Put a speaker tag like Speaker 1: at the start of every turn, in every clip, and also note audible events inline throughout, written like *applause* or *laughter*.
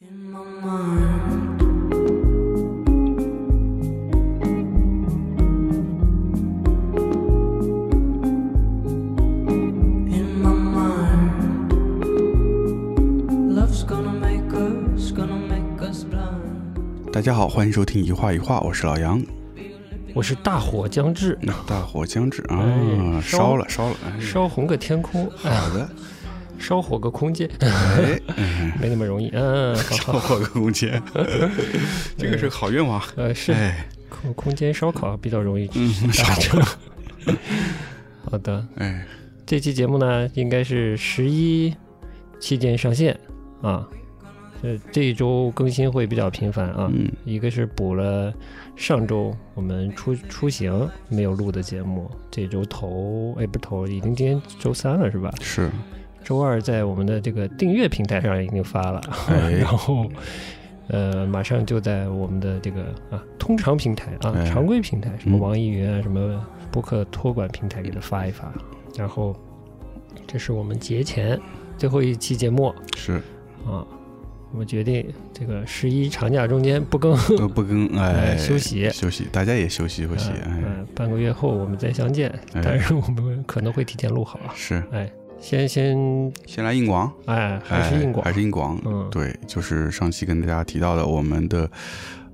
Speaker 1: In my mind, in my mind, love's gonna make us, gonna make us blind.
Speaker 2: 大家好，欢迎收听一画一画，我是老杨。
Speaker 3: 我是大火将至，
Speaker 2: 那大火将至啊，
Speaker 3: 哎
Speaker 2: 烧
Speaker 3: 烧
Speaker 2: 了烧了，哎
Speaker 3: 烧红个天空，啊
Speaker 2: 好的，
Speaker 3: 烧火个空间，
Speaker 2: 哎，
Speaker 3: *laughs*
Speaker 2: *laughs*
Speaker 3: 没那么容易。嗯，好
Speaker 2: 烧
Speaker 3: 好，
Speaker 2: 火个空间，这个是好愿望。
Speaker 3: 呃， *laughs* 是
Speaker 2: 哎，
Speaker 3: 空空间烧烤比较容易 *laughs*
Speaker 2: 嗯，
Speaker 3: 达
Speaker 2: 烧
Speaker 3: 成。好的，
Speaker 2: 哎，
Speaker 3: 这期节目呢，应该是十一期间上线啊。这这一周更新会比较频繁啊，
Speaker 2: 嗯
Speaker 3: 一个是补了上周我们出出行没有录的节目，这周头哎不是头，已经今天周三了是吧？
Speaker 2: 是，
Speaker 3: 周二在我们的这个订阅平台上已经发了，
Speaker 2: 哎
Speaker 3: *laughs* 然后呃，马上就在我们的这个啊通常平台啊、
Speaker 2: 哎
Speaker 3: 常规平台，什么
Speaker 2: 嗯
Speaker 3: 网易云啊，什么播客托管平台给它发一发。然后这是我们节前最后一期节目 *laughs*
Speaker 2: 是
Speaker 3: 啊，我们决定这个十一长假中间不更，
Speaker 2: 都不更哎，
Speaker 3: 哎 *laughs* 休息
Speaker 2: 休息，大家也休息休息，
Speaker 3: 呃
Speaker 2: 哎，
Speaker 3: 呃半个月后我们再相见，
Speaker 2: 哎
Speaker 3: 但是我们可能会提前录好啊。
Speaker 2: 是
Speaker 3: 哎，先先
Speaker 2: 先来硬广，
Speaker 3: 哎，还是
Speaker 2: 哎
Speaker 3: 硬广，
Speaker 2: 还是硬广，
Speaker 3: 嗯
Speaker 2: 对，就是上期跟大家提到的，我们的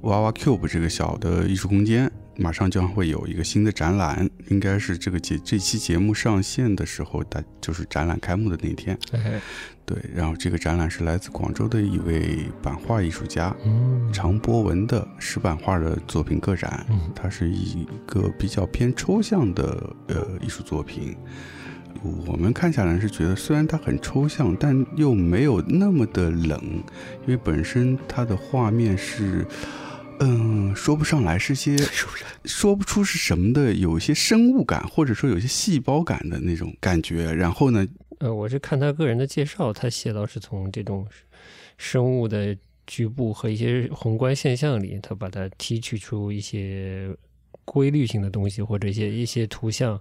Speaker 2: 娃娃 Cube 这个小的艺术空间，马上将会有一个新的展览，应该是这个节这期节目上线的时候，大就是展览开幕的那天。
Speaker 3: 哎，
Speaker 2: 对，然后这个展览是来自广州的一位版画艺术家
Speaker 3: 嗯，
Speaker 2: 常博文的石版画的作品个展。
Speaker 3: 嗯
Speaker 2: 它是一个比较偏抽象的呃艺术作品。我们看下来是觉得，虽然它很抽象，但又没有那么的冷，因为本身它的画面是，嗯，说不上来是些说不出是什么的，有一些生物感，或者说有一些细胞感的那种感觉。然后呢，
Speaker 3: 呃，我是看他个人的介绍，他写到是从这种生物的局部和一些宏观现象里，他把它提取出一些规律性的东西，或者一些一些图像，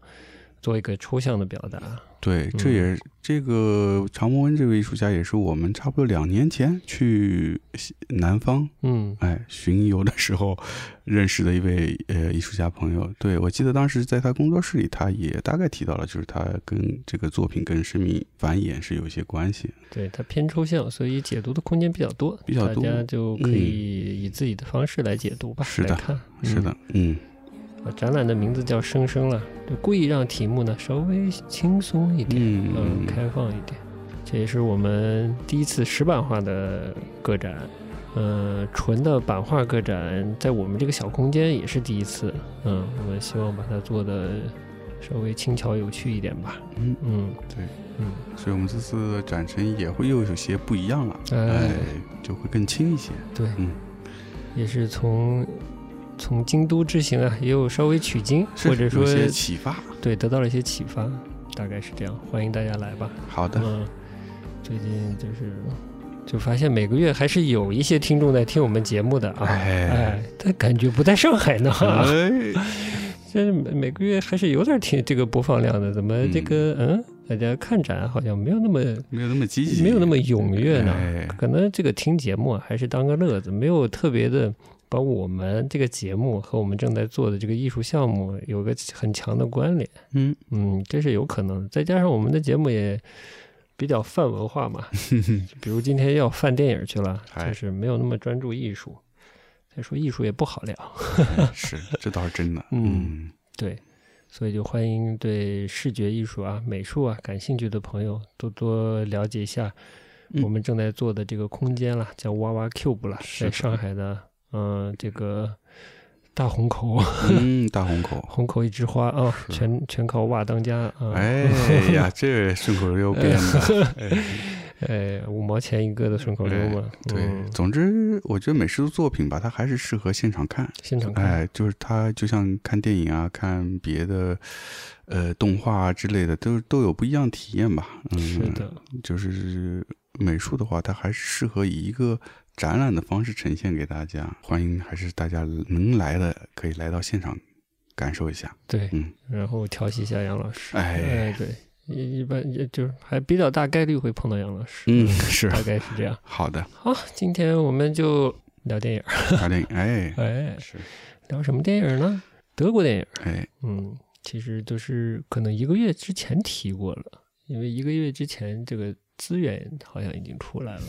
Speaker 3: 做一个抽象的表达。
Speaker 2: 对，这
Speaker 3: 嗯
Speaker 2: 也、这个常博文这位艺术家也是我们差不多两年前去西南方
Speaker 3: 嗯
Speaker 2: 哎，巡游的时候认识的一位呃艺术家朋友，对我记得当时在他工作室里，他也大概提到了，就是他跟这个作品跟生命繁衍是有一些关系。，
Speaker 3: 对，它偏抽象，所以解读的空间比较多，
Speaker 2: 比较多嗯
Speaker 3: 大家就可以以自己的方式来解读吧，
Speaker 2: 是的
Speaker 3: 来看。
Speaker 2: 是的，嗯，
Speaker 3: 嗯，展览的名字叫“生生”了，就故意让题目呢稍微轻松一点。
Speaker 2: 嗯
Speaker 3: 嗯，开放一点。这也是我们第一次石版画的个展，呃，纯的版画个展在我们这个小空间也是第一次。嗯，我们希望把它做的稍微轻巧有趣一点吧。
Speaker 2: 嗯，
Speaker 3: 嗯，
Speaker 2: 对，
Speaker 3: 嗯，
Speaker 2: 所以我们这次的展陈也会又有些不一样了，
Speaker 3: 哎
Speaker 2: 哎，就会更轻一些。
Speaker 3: 对，
Speaker 2: 嗯
Speaker 3: 也是从从京都之行啊，也有稍微取经，
Speaker 2: 是
Speaker 3: 或者说
Speaker 2: 有些启发。
Speaker 3: 对得到了一些启发，大概是这样。欢迎大家来吧。
Speaker 2: 好的，
Speaker 3: 嗯，最近就是就发现每个月还是有一些听众在听我们节目的啊，
Speaker 2: 哎
Speaker 3: 哎，
Speaker 2: *laughs*
Speaker 3: 嗯但感觉不在上海呢， *laughs*
Speaker 2: 哎，
Speaker 3: 这每每个月还是有点听这个播放量的，怎么这个嗯大家看展好像没有那么
Speaker 2: 没有那么积极，
Speaker 3: 没有那么踊跃呢？
Speaker 2: 哎
Speaker 3: 可能这个听节目啊还是当个乐子，没有特别的。把我们这个节目和我们正在做的这个艺术项目有个很强的关联，
Speaker 2: 嗯，
Speaker 3: 嗯，这是有可能的。再加上我们的节目也比较泛文
Speaker 2: *laughs*
Speaker 3: 化嘛，比如今天要泛电影去了，
Speaker 2: 哎
Speaker 3: 就是没有那么专注艺术。再说艺术也不好聊，
Speaker 2: 哎是，这倒是真的。
Speaker 3: *laughs* 嗯对，所以就欢迎对视觉艺术啊、美术啊感兴趣的朋友多多了解一下
Speaker 2: 嗯
Speaker 3: 我们正在做的这个空间啦，叫哇哇 Cube 啦，
Speaker 2: 是
Speaker 3: 在
Speaker 2: 的
Speaker 3: 上海的嗯、这个大虹口， *laughs*
Speaker 2: 嗯，大虹口，
Speaker 3: 虹口一枝花啊，
Speaker 2: 是
Speaker 3: 全全靠哇当家啊，
Speaker 2: 哎呀，这顺口溜变
Speaker 3: *laughs*
Speaker 2: 的。哎
Speaker 3: 哎，五毛钱一个的顺口溜嘛，
Speaker 2: 对，
Speaker 3: 嗯、
Speaker 2: 总之我觉得美术作品吧，它还是适合现场看。
Speaker 3: 现场看，
Speaker 2: 哎，就是它就像看电影啊，看别的呃动画啊之类的，都都有不一样体验吧。嗯，
Speaker 3: 是的，
Speaker 2: 就是美术的话，它还是适合以一个展览的方式呈现给大家。欢迎还是大家能来的可以来到现场感受一下。
Speaker 3: 对，
Speaker 2: 嗯
Speaker 3: 然后调戏一下杨老师，
Speaker 2: 哎
Speaker 3: 对，一一般也就是还比较大概率会碰到杨老师，
Speaker 2: *laughs* 嗯，是
Speaker 3: 大概是这样。
Speaker 2: 好的，
Speaker 3: 好，今天我们就聊电影儿，
Speaker 2: 打电影，
Speaker 3: *laughs*
Speaker 2: 哎，
Speaker 3: 哎，
Speaker 2: 是，
Speaker 3: 聊什么电影呢？德国电影，
Speaker 2: 哎，
Speaker 3: 嗯，其实就是可能一个月之前提过了，因为一个月之前这个资源好像已经出来了。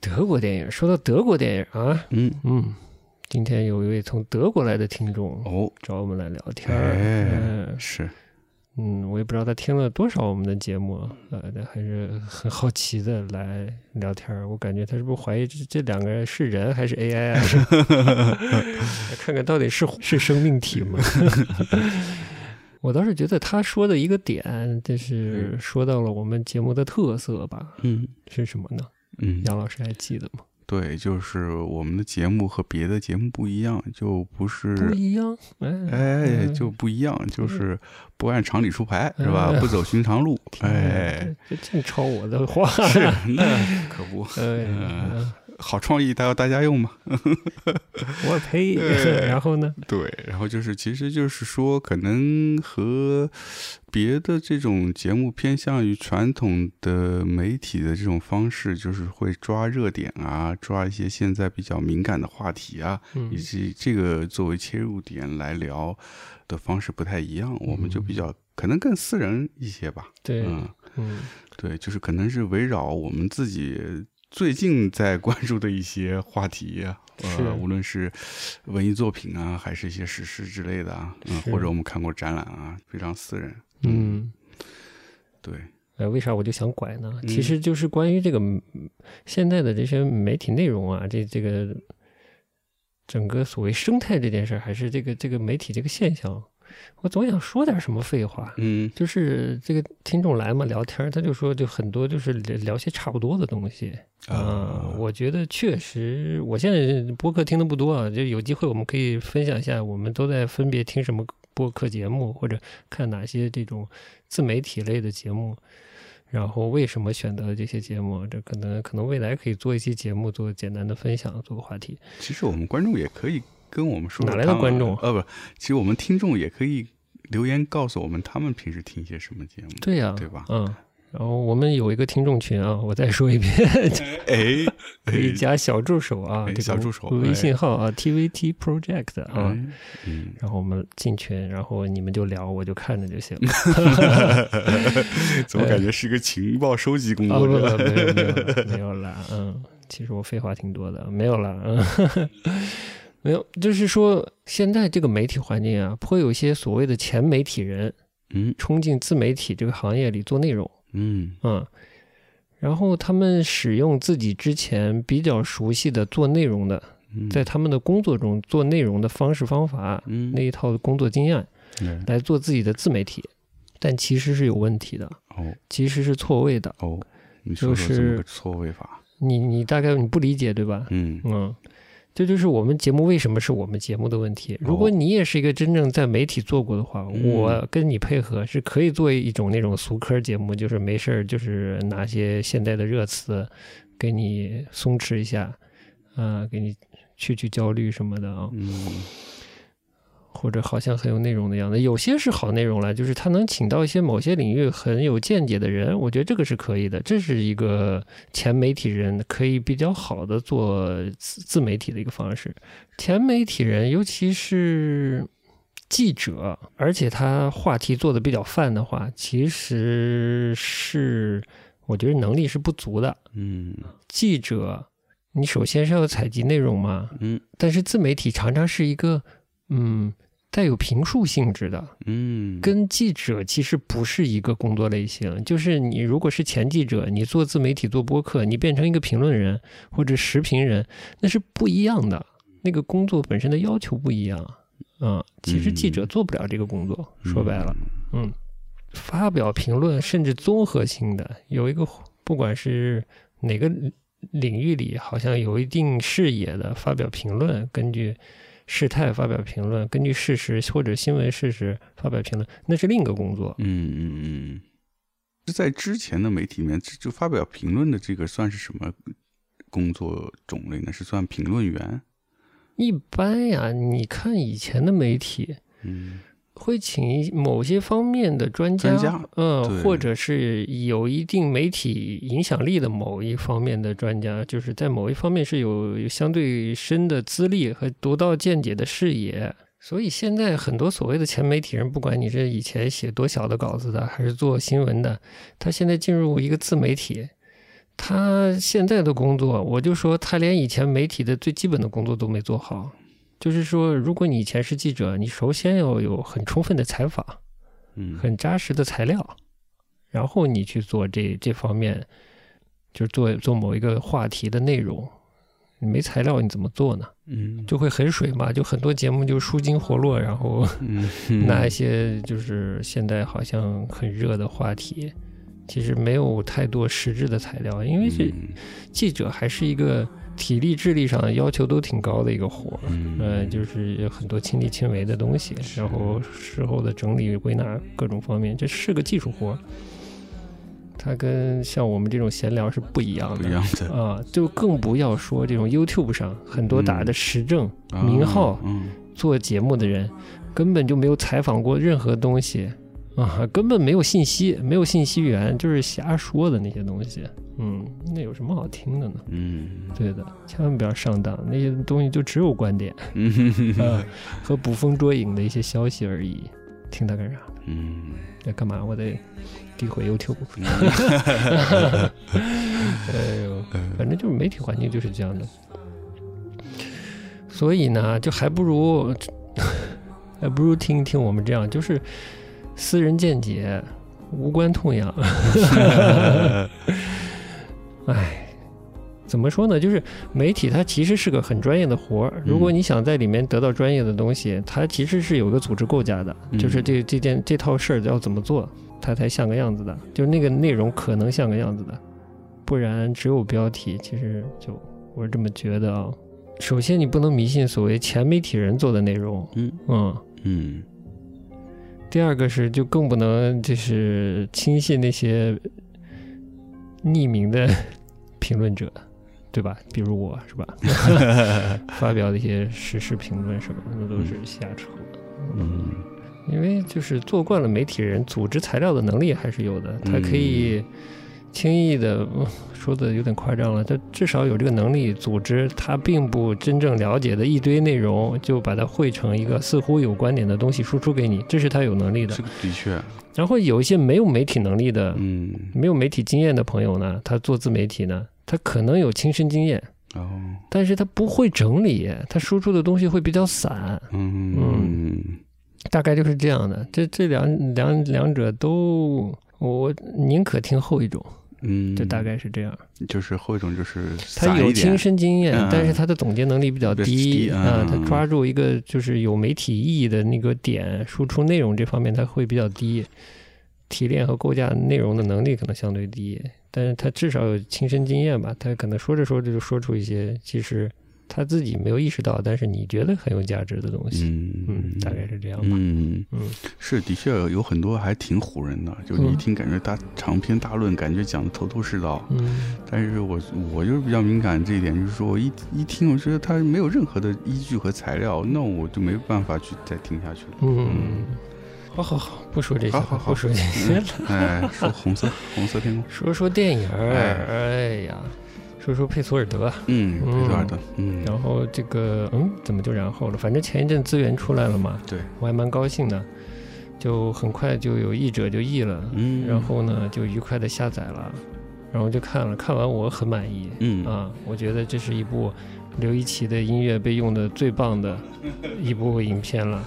Speaker 3: 德国电影，说到德国电影啊，
Speaker 2: 嗯，
Speaker 3: 嗯，今天有一位从德国来的听众
Speaker 2: 哦，
Speaker 3: 找我们来聊天儿，
Speaker 2: 哎
Speaker 3: 嗯，
Speaker 2: 是，
Speaker 3: 嗯，我也不知道他听了多少我们的节目，呃，但还是很好奇的来聊天儿。我感觉他是不是怀疑这这两个人是人还是 AI
Speaker 2: *laughs*
Speaker 3: 啊？是来看看到底是是生命
Speaker 2: *laughs*
Speaker 3: 体吗？我倒是觉得他说的一个点，就是说到了我们节目的特色吧，
Speaker 2: 嗯
Speaker 3: 是什么呢？
Speaker 2: 嗯，
Speaker 3: 杨老师还记得吗？
Speaker 2: 对，就是我们的节目和别的节目不一样，就不
Speaker 3: 不
Speaker 2: 是。
Speaker 3: 一样，哎，
Speaker 2: 哎，
Speaker 3: 嗯
Speaker 2: 就不一样，就是不按常理出牌，是吧？
Speaker 3: 哎
Speaker 2: 不走寻
Speaker 3: *laughs*
Speaker 2: 常路，
Speaker 3: 天哪
Speaker 2: 哎，，
Speaker 3: 这这真超我的话， *laughs*
Speaker 2: 是，那可不， *laughs*
Speaker 3: 哎
Speaker 2: 嗯
Speaker 3: 嗯
Speaker 2: 好创意，大要大家用嘛。
Speaker 3: 我呸！
Speaker 2: 哎
Speaker 3: 然后呢？
Speaker 2: 对，然后就是，其实就是说，可能和别的这种节目偏向于传统的媒体的这种方式，就是会抓热点啊，抓一些现在比较敏感的话题啊，
Speaker 3: 嗯
Speaker 2: 以及这个作为切入点来聊的方式不太一样，我们就比较可能更私人一些吧。
Speaker 3: 嗯对，
Speaker 2: 嗯，
Speaker 3: 嗯，
Speaker 2: 对，就是可能是围绕我们自己最近在关注的一些话题，
Speaker 3: 是
Speaker 2: 呃，无论是文艺作品啊，还是一些史诗之类的啊，嗯、
Speaker 3: 是
Speaker 2: 或者我们看过展览啊，非常私人。
Speaker 3: 嗯，
Speaker 2: 对，
Speaker 3: 哎，为啥我就想拐呢？
Speaker 2: 嗯
Speaker 3: 其实就是关于这个嗯现在的这些媒体内容啊，这这个整个所谓生态这件事儿，还是这个这个媒体这个现象，我总想说点什么废话。
Speaker 2: 嗯
Speaker 3: 就是这个听众来嘛聊天儿，他就说就很多就是聊聊些差不多的东西啊、
Speaker 2: 呃
Speaker 3: 我觉得确实，我现在播客听的不多啊，就有机会我们可以分享一下，我们都在分别听什么播客节目，或者看哪些这种自媒体类的节目，然后为什么选择这些节目？这可能可能未来可以做一期节目，做简单的分享，做个话题。
Speaker 2: 其实我们观众也可以跟我们说说
Speaker 3: 哪来的
Speaker 2: 他们
Speaker 3: 观众啊
Speaker 2: 呃，不，其实我们听众也可以留言告诉我们他们平时听一些什么节目。
Speaker 3: 对呀、
Speaker 2: 对吧
Speaker 3: 嗯。然后我们有一个听众群啊，我再说一遍，
Speaker 2: 哎，
Speaker 3: *laughs* 可以加小助手啊，
Speaker 2: 哎
Speaker 3: 这个
Speaker 2: 小助手
Speaker 3: 微信号啊，TVT Project
Speaker 2: 哎
Speaker 3: 啊。
Speaker 2: 嗯，
Speaker 3: 然后我们进群，然后你们就聊，我就看着就行了。
Speaker 2: 怎么感觉是一个情报收集工
Speaker 3: 哎啊，不
Speaker 2: 作
Speaker 3: 不
Speaker 2: 者？
Speaker 3: 不，没有没有啦没有 *laughs* 啦，嗯，其实我废话挺多的，没有啦，嗯， *laughs* 没有，就是说现在这个媒体环境啊，颇有一些所谓的前媒体人
Speaker 2: 嗯
Speaker 3: 冲进自媒体这个行业里做内容，
Speaker 2: 嗯
Speaker 3: 嗯，然后他们使用自己之前比较熟悉的做内容的，
Speaker 2: 嗯，
Speaker 3: 在他们的工作中做内容的方式方法
Speaker 2: 嗯
Speaker 3: 那一套工作经验
Speaker 2: 哎
Speaker 3: 来做自己的自媒体，但其实是有问题的，
Speaker 2: 哦。
Speaker 3: 其实是错位的。
Speaker 2: 哦，你说
Speaker 3: 就
Speaker 2: 说怎
Speaker 3: 是
Speaker 2: 么个错位法？
Speaker 3: 你你大概你不理解对吧？
Speaker 2: 嗯
Speaker 3: 嗯，这就是我们节目为什么是我们节目的问题。如果你也是一个真正在媒体做过的话，
Speaker 2: 哦嗯
Speaker 3: 我跟你配合是可以做一种那种俗科节目，就是没事儿就是拿些现代的热词给你松弛一下，啊、给你去去焦虑什么的啊、
Speaker 2: 嗯
Speaker 3: 或者好像很有内容的样子。有些是好内容了，就是他能请到一些某些领域很有见解的人，我觉得这个是可以的，这是一个前媒体人可以比较好的做自自媒体的一个方式。前媒体人，尤其是。记者，而且他话题做的比较泛的话，其实是我觉得能力是不足的。
Speaker 2: 嗯
Speaker 3: 记者，你首先是要采集内容嘛，
Speaker 2: 嗯
Speaker 3: 但是自媒体常常是一个嗯带有评述性质的，
Speaker 2: 嗯，
Speaker 3: 跟记者其实不是一个工作类型。就是你如果是前记者，你做自媒体做播客，你变成一个评论人或者时评人，那是不一样的，那个工作本身的要求不一样。嗯，其实记者做不了这个工作，说白了，嗯，发表评论甚至综合性的有一个，不管是哪个领域里，好像有一定视野的发表评论，根据事态发表评论，根据事实或者新闻事实发表评论，那是另一个工作。
Speaker 2: 嗯嗯嗯嗯，是在之前的媒体里面，就就发表评论的这个算是什么工作种类呢？是算评论员？
Speaker 3: 一般呀，你看以前的媒体
Speaker 2: 嗯
Speaker 3: 会请某些方面的专家，
Speaker 2: 专家对
Speaker 3: 嗯，或者是有一定媒体影响力的某一方面的专家，就是在某一方面是有有相对深的资历和独到见解的视野。所以现在很多所谓的前媒体人，不管你是以前写多小的稿子的，还是做新闻的，他现在进入一个自媒体，他现在的工作，我就说他连以前媒体的最基本的工作都没做好。就是说，如果你以前是记者，你首先要有很充分的采访，
Speaker 2: 嗯，
Speaker 3: 很扎实的材料，然后你去做这这方面，就是做做某一个话题的内容。你没材料，你怎么做呢？
Speaker 2: 嗯
Speaker 3: 就会很水嘛，就很多节目就舒筋活络，然后 *laughs*
Speaker 2: 嗯
Speaker 3: 拿一些就是现在好像很热的话题，其实没有太多实质的材料，因为这
Speaker 2: 嗯
Speaker 3: 记者还是一个体力、智力上要求都挺高的一个活儿。
Speaker 2: 嗯
Speaker 3: 呃，就是有很多亲力亲为的东西，然后事后的整理归纳各种方面，这是个技术活儿，它跟像我们这种闲聊是不一样
Speaker 2: 不
Speaker 3: 的
Speaker 2: 一样的
Speaker 3: 啊，就更不要说这种 YouTube 上很多
Speaker 2: 嗯
Speaker 3: 打的时政、 *laughs* 名号
Speaker 2: 啊嗯
Speaker 3: 做节目的人，根本就没有采访过任何东西啊，根本没有信息，没有信息源，就是瞎说的那些东西，嗯，那有什么好听的呢？ *laughs*
Speaker 2: 嗯
Speaker 3: 对的，千万不要上当，那些东西就只有观点。
Speaker 2: 嗯
Speaker 3: 呃，和捕风捉影的一些消息而已。听它干啥？ *laughs*
Speaker 2: 嗯
Speaker 3: 那干嘛？我得诋毁 YouTube。哎呦，反正就是媒体环境就是这样的。所以呢，就还不如， *laughs* 还不如听一听我们这样，就是私人见解，无关痛痒。哎，怎么说呢？就是媒体它其实是个很专业的活儿。如果你想在里面得到专业的东西，它其实是有一个组织构架的，
Speaker 2: 嗯
Speaker 3: 就是这这件这套事儿要怎么做，它才像个样子的，就是那个内容可能像个样子的，不然只有标题，其实就我是这么觉得啊。首先，你不能迷信所谓前媒体人做的内容，
Speaker 2: 嗯
Speaker 3: 嗯。
Speaker 2: 嗯
Speaker 3: 第二个是，就更不能就是轻信那些匿
Speaker 2: *laughs*
Speaker 3: 名的评论者，对吧？比如我是吧，发表的一些时事评论什么的，那都是瞎扯的。
Speaker 2: 嗯
Speaker 3: 因为就是做惯了媒体人，组织材料的能力还是有的，他可以轻易的、呃说的有点夸张了，他至少有这个能力组织他并不真正了解的一堆内容，就把它汇成一个似乎有观点的东西输出给你，这是他有能力的
Speaker 2: 这。个的确
Speaker 3: 然后有一些没有媒体能力的、
Speaker 2: 嗯
Speaker 3: 没有媒体经验的朋友呢，他做自媒体呢，他可能有亲身经验，
Speaker 2: 哦
Speaker 3: 但是他不会整理，他输出的东西会比较散，
Speaker 2: 嗯嗯
Speaker 3: 大概就是这样的。这这两两两者都，我宁可听后一种，
Speaker 2: 嗯
Speaker 3: 就大概是这样。
Speaker 2: 就是后一种就是
Speaker 3: 他
Speaker 2: 散
Speaker 3: 有
Speaker 2: 一点
Speaker 3: 亲身经验
Speaker 2: 嗯，
Speaker 3: 但是他的总结能力比较
Speaker 2: 比
Speaker 3: 低
Speaker 2: 较低
Speaker 3: 啊
Speaker 2: 嗯，
Speaker 3: 他抓住一个就是有媒体意义的那个点，输出内容这方面他会比较低，提炼和构架内容的能力可能相对低，但是他至少有亲身经验吧，他可能说着说着就说出一些其实他自己没有意识到，但是你觉得很有价值的东西，
Speaker 2: 嗯
Speaker 3: 嗯，大概是这样吧，
Speaker 2: 嗯
Speaker 3: 嗯，
Speaker 2: 是的确有很多还挺唬人的，就你一
Speaker 3: 嗯
Speaker 2: 听感觉大长篇大论，感觉讲的头头是道。
Speaker 3: 嗯
Speaker 2: 但是我我就是比较敏感这一点，就是说我一一听，我觉得它没有任何的依据和材料，那我就没办法去再听下去了。
Speaker 3: 嗯，好好好，不说这些
Speaker 2: 好好
Speaker 3: 了，
Speaker 2: 好
Speaker 3: 不说这些了。
Speaker 2: 哎，说红色红色天空，
Speaker 3: 说说电影儿，哎呀，说说佩索尔德，
Speaker 2: 嗯，贝多尔的，嗯，
Speaker 3: 然后这个嗯，怎么就然后了？反正前一阵资源出来了嘛，
Speaker 2: 对，
Speaker 3: 我还蛮高兴的，就很快就有译者就译了，
Speaker 2: 嗯，
Speaker 3: 然后呢就愉快的下载了，然后就看了，看完我很满意
Speaker 2: 嗯
Speaker 3: 啊，我觉得这是一部刘一奇的音乐被用的最棒的一部影片了，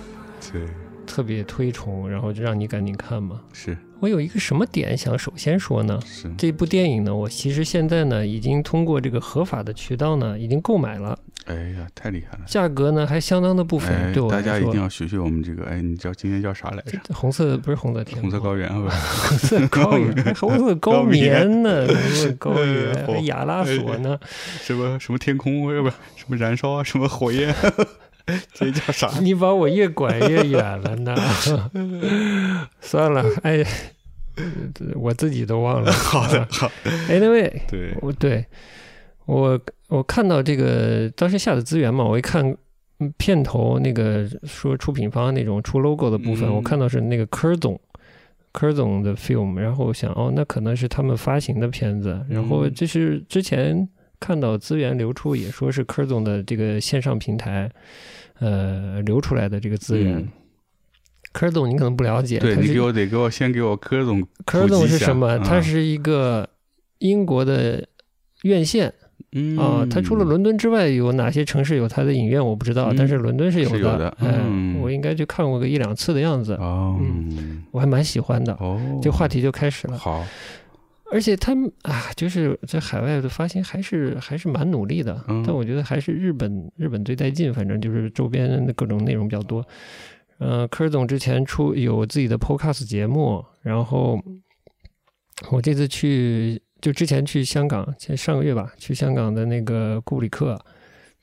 Speaker 2: 对，
Speaker 3: 特别推崇，然后就让你赶紧看嘛。
Speaker 2: 是
Speaker 3: 我有一个什么点想首先说呢？
Speaker 2: 是，
Speaker 3: 这部电影呢，我其实现在呢已经通过这个合法的渠道呢已经购买了，
Speaker 2: 哎呀，太厉害了。
Speaker 3: 价格呢还相当的不菲，
Speaker 2: 哎，
Speaker 3: 对我
Speaker 2: 大
Speaker 3: 来
Speaker 2: 家一定
Speaker 3: 说。
Speaker 2: 要学学我们这个，哎，你知道今天叫啥来着？
Speaker 3: 红色不是红色天，
Speaker 2: 红色高原，啊
Speaker 3: 红 *laughs* 色高原，还红色高棉呢，红色高
Speaker 2: 哎
Speaker 3: 原，
Speaker 2: 红
Speaker 3: 还亚拉索呢，
Speaker 2: 不，什么什么天空，要不什么燃烧啊，什么火焰， *laughs* 这叫 *laughs* 啥？
Speaker 3: 你把我越拐越远了呢。 *laughs* 算了，哎，呀，我自己都忘
Speaker 2: *laughs*
Speaker 3: 了。啊
Speaker 2: 好的，好，
Speaker 3: Anyway，
Speaker 2: 对，
Speaker 3: 我对我我看到这个当时下的资源嘛，我一看嗯片头那个说出品方那种出 logo 的部分，
Speaker 2: 嗯
Speaker 3: 我看到是那个柯总。柯总的 film，然后我想哦，那可能是他们发行的片子。然后
Speaker 2: 嗯
Speaker 3: 这是之前看到资源流出，也说是柯总的这个线上平台，呃，流出来的这个资源
Speaker 2: 嗯。
Speaker 3: 柯总你可能不了解，
Speaker 2: 对
Speaker 3: 他
Speaker 2: 你
Speaker 3: 是
Speaker 2: 给我得给我先给我柯总，
Speaker 3: 柯总是什么？
Speaker 2: 普及一下
Speaker 3: 它
Speaker 2: 嗯
Speaker 3: 是一个英国的院线
Speaker 2: 嗯
Speaker 3: 啊，它除了伦敦之外，有哪些城市有它的影院我不知道，
Speaker 2: 嗯
Speaker 3: 但是伦敦是有
Speaker 2: 是有的
Speaker 3: 哎
Speaker 2: 嗯
Speaker 3: 我应该去看过个一两次的样子，
Speaker 2: 哦
Speaker 3: 我还蛮喜欢的。
Speaker 2: 哦，
Speaker 3: 这话题就开始了，
Speaker 2: 好，
Speaker 3: 而且他们啊，就是在海外的发行还是还是蛮努力的，
Speaker 2: 嗯
Speaker 3: 但我觉得还是日本日本最带劲，反正就是周边的各种内容比较多。呃，柯总之前出有自己的 podcast 节目，然后我这次去就之前去香港，前上个月吧，去香港的那个库布里克，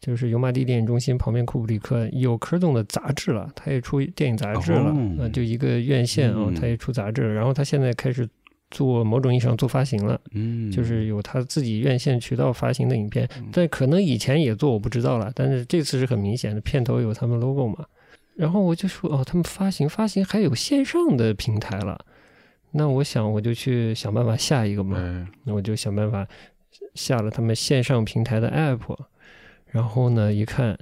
Speaker 3: 就是油麻地电影中心旁边库布里克有柯总的杂志了，他也出电影杂志了，
Speaker 2: 哦
Speaker 3: 呃，就一个院线啊、
Speaker 2: 嗯
Speaker 3: 他也出杂志了，然后他现在开始做某种意义上做发行了，
Speaker 2: 嗯，
Speaker 3: 就是有他自己院线渠道发行的影片，但可能以前也做我不知道了，但是这次是很明显的，片头有他们 logo 嘛。然后我就说哦，他们发行发行还有线上的平台了，那我想我就去想办法下一个嘛，
Speaker 2: 哎
Speaker 3: 那我就想办法下了他们线上平台的 app，然后呢一看，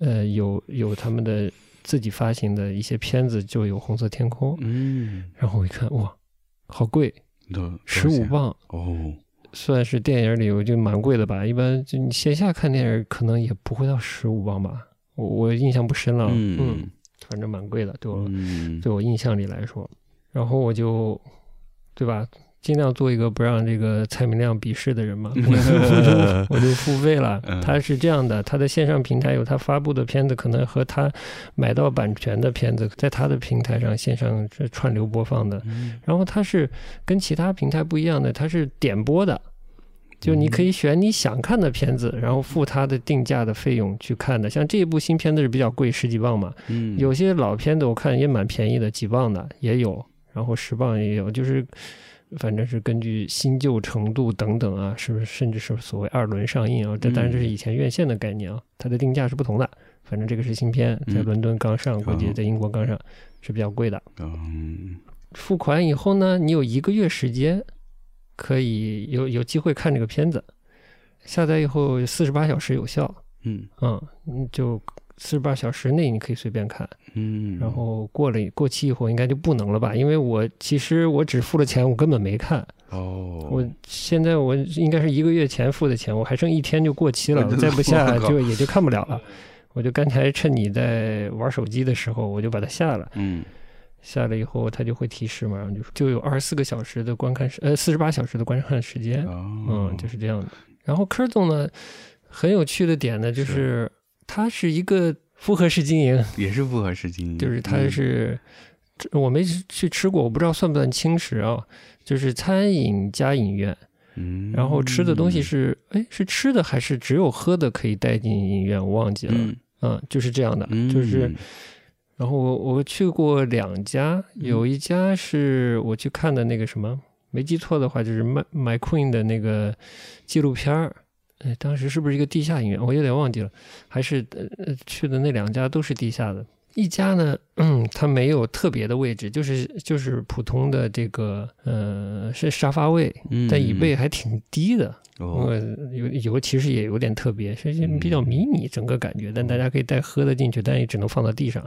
Speaker 3: 呃，有有他们的自己发行的一些片子，就有《红色天空》，
Speaker 2: 嗯，
Speaker 3: 然后我一看哇，好贵，
Speaker 2: 多
Speaker 3: 十五磅。
Speaker 2: 哦，
Speaker 3: 算是电影里我就蛮贵的吧，一般就你线下看电影可能也不会到十五磅吧，我我印象不深了，
Speaker 2: 嗯
Speaker 3: 反正蛮贵的，对我、
Speaker 2: 嗯， *laughs*
Speaker 3: 对我印象里来说，然后我就，对吧，尽量做一个不让这个蔡明亮鄙视
Speaker 2: *laughs*
Speaker 3: 的人嘛，我就我就付费了
Speaker 2: 嗯。
Speaker 3: 他是这样的，他的线上平台有他发布的片子，可能和他买到版权的片子，在他的平台上线上是串流播放的，
Speaker 2: 嗯
Speaker 3: 然后它是跟其他平台不一样的，它是点播的，就
Speaker 2: 嗯
Speaker 3: 你可以选你想看的片子，然后付它的定价的费用去看的。像这一部新片子是比较贵，十几磅嘛，
Speaker 2: 嗯
Speaker 3: 有些老片子我看也蛮便宜的，几磅的也有，然后十磅也有，就是反正是根据新旧程度等等啊，是不是甚至是所谓二轮上映啊？这当然这是以前院线的概念啊，它的定价是不同的。反正这个是新片，在
Speaker 2: 嗯
Speaker 3: 伦敦刚上，估计
Speaker 2: 哦
Speaker 3: 在英国刚上是比较贵的。
Speaker 2: 嗯
Speaker 3: 付款以后呢，你有一个月时间可以有有机会看这个片子，下载以后四十八小时有效，
Speaker 2: 嗯
Speaker 3: 嗯，你就四十八小时内你可以随便看，
Speaker 2: 嗯，
Speaker 3: 然后过了过期以后应该就不能了吧？因为我其实我只付了钱，我根本没看，
Speaker 2: 哦，
Speaker 3: 我现在我应该是一个月前付的钱，我还剩一天就过
Speaker 2: *laughs*
Speaker 3: 期了，我再不下
Speaker 2: 我靠
Speaker 3: 就也就看不了了。我就刚才趁你在玩手机的时候，我就把它下了。
Speaker 2: 嗯
Speaker 3: 下了以后，它就会提示嘛，然后就就有二十四个小时的观看时，呃，四十八小时的观看时间，
Speaker 2: 哦
Speaker 3: 嗯，就是这样的。然后柯总呢，很有趣的点呢，就是它是一个复合式经营，
Speaker 2: 也是复合式经营，
Speaker 3: 就是它
Speaker 2: 嗯
Speaker 3: 是、这我没去吃过，我不知道算不算轻食啊，就是餐饮加影院，
Speaker 2: 嗯，
Speaker 3: 然后吃的东西是，哎，是吃的还是只有喝的可以带进影院？我忘记了，
Speaker 2: 嗯
Speaker 3: 嗯，就是这样的，
Speaker 2: 嗯
Speaker 3: 就是。然后我我去过两家，
Speaker 2: 嗯
Speaker 3: 有一家是我去看的那个什么，没记错的话就是 My My Queen 的那个纪录片儿。哎，当时是不是一个地下影院？我有点忘记了。还是呃呃去的那两家都是地下的。一家呢，嗯，它没有特别的位置，就是就是普通的这个呃是沙发位，
Speaker 2: 嗯
Speaker 3: 但椅背呃还挺低的。
Speaker 2: 哦
Speaker 3: 我有有其实也有点特别，是
Speaker 2: 嗯
Speaker 3: 比较迷你整个感觉，但大家可以带喝的进去，但也只能放到地上。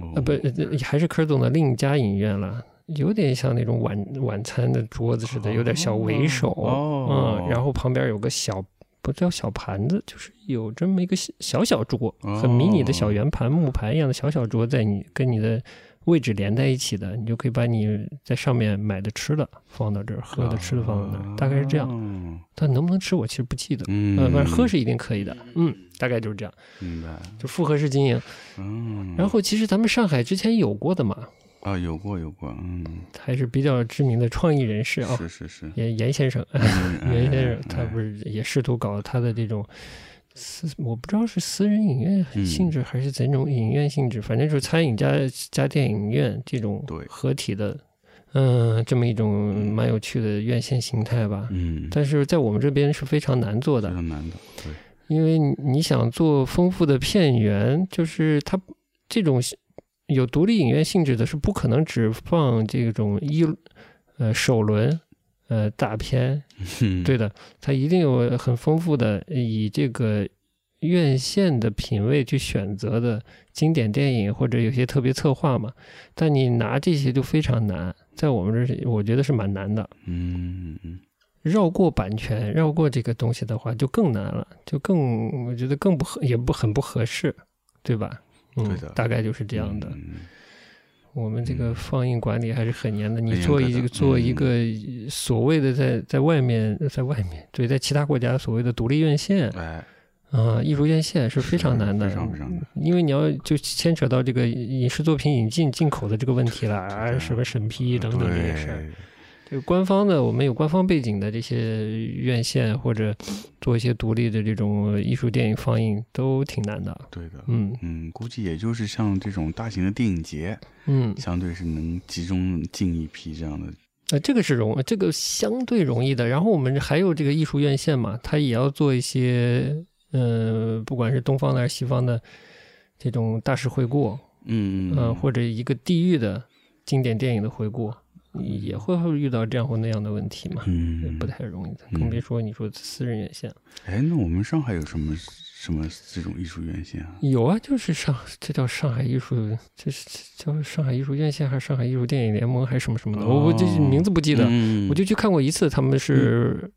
Speaker 2: 哦
Speaker 3: 啊，不，呃还是柯总的另一家影院了，有点像那种晚晚餐的桌子似的，有点小围手，
Speaker 2: 哦
Speaker 3: 嗯，然后旁边有个小。不叫小盘子，就是有这么一个小小小桌，
Speaker 2: 哦
Speaker 3: 很迷你的小圆盘、木盘一样的小小桌，在你跟你的位置连在一起的，你就可以把你在上面买的吃的放到这儿，喝的吃的放到那儿，大概是这样。
Speaker 2: 样，
Speaker 3: 但能不能吃，我其实不记得。
Speaker 2: 啊嗯，
Speaker 3: 呃，反正喝是一定可以的，嗯，大概就是这样，
Speaker 2: 明白，
Speaker 3: 就复合式经营。
Speaker 2: 嗯，
Speaker 3: 然后其实咱们上海之前有过的嘛，
Speaker 2: 啊，有过有过，嗯，
Speaker 3: 还是比较知名的创意人士啊，
Speaker 2: 是哎是
Speaker 3: *laughs*
Speaker 2: 是，
Speaker 3: 严严先生，呃
Speaker 2: 原
Speaker 3: 严先生他不是也试图搞他的这种私，我不知道是私人影
Speaker 2: 嗯
Speaker 3: 院性质还是怎种影院性质，反正就是餐饮加加电影院这种
Speaker 2: 对
Speaker 3: 合体的，嗯，这么一种
Speaker 2: 嗯
Speaker 3: 蛮有趣的院线形态吧。
Speaker 2: 嗯，
Speaker 3: 但是在我们这边是非常难做的，
Speaker 2: 很难的，对，
Speaker 3: 因为你你想做丰富的片源，就是它这种有独立影院性质的，是不可能只放这种一呃首轮呃大片，
Speaker 2: 嗯，
Speaker 3: 对的，它一定有很丰富的以这个院线的品味去选择的经典电影，或者有些特别策划嘛。但你拿这些就非常难，在我们这是我觉得是蛮难的。
Speaker 2: 嗯，嗯
Speaker 3: 绕过版权，绕过这个东西的话，就更难了，就更我觉得更不合，也不很不合适，对吧？嗯，
Speaker 2: 对的
Speaker 3: 大概就是这样的。
Speaker 2: 嗯
Speaker 3: 我们这个放映管理还是很严的。
Speaker 2: 很
Speaker 3: 你
Speaker 2: 严格
Speaker 3: 做一
Speaker 2: 的
Speaker 3: 个做一
Speaker 2: 嗯
Speaker 3: 个所谓的在在外面，在外面对，在其他国家所谓的独立院线
Speaker 2: 哎，
Speaker 3: 啊、艺术院线是非常难的，
Speaker 2: 非常非常难。
Speaker 3: 因为你要就牵扯到这个影视作品引进进口的这个问题了，啊，
Speaker 2: 对
Speaker 3: 什么审
Speaker 2: 嗯
Speaker 3: 批等等这些事儿。
Speaker 2: 对，
Speaker 3: 就官方的，我们有官方背景的这些院线或者做一些独立的这种艺术电影放映都挺难的。
Speaker 2: 对的。
Speaker 3: 嗯
Speaker 2: 嗯，估计也就是像这种大型的电影节，
Speaker 3: 嗯，
Speaker 2: 相对是能集中进一批这样的。
Speaker 3: 呃，这个是容，这个相对容易的。然后我们还有这个艺术院线嘛，它也要做一些，呃，不管是东方的还是西方的这种大师回顾，
Speaker 2: 嗯，
Speaker 3: 呃，或者一个地域的经典电影的回顾，也会遇到这样或那样的问题嘛，也
Speaker 2: 嗯
Speaker 3: 不，太容易的，
Speaker 2: 嗯
Speaker 3: 更别说你说私人院线了。
Speaker 2: 哎，那我们上海有什么什么这种艺术院线啊？
Speaker 3: 有啊，就是上这叫上海艺术，这是这叫上海艺术院线还是上海艺术电影联盟还是什么什么的，我我这
Speaker 2: 哦
Speaker 3: 名字不记得，
Speaker 2: 嗯
Speaker 3: 我就去看过一次，他们是、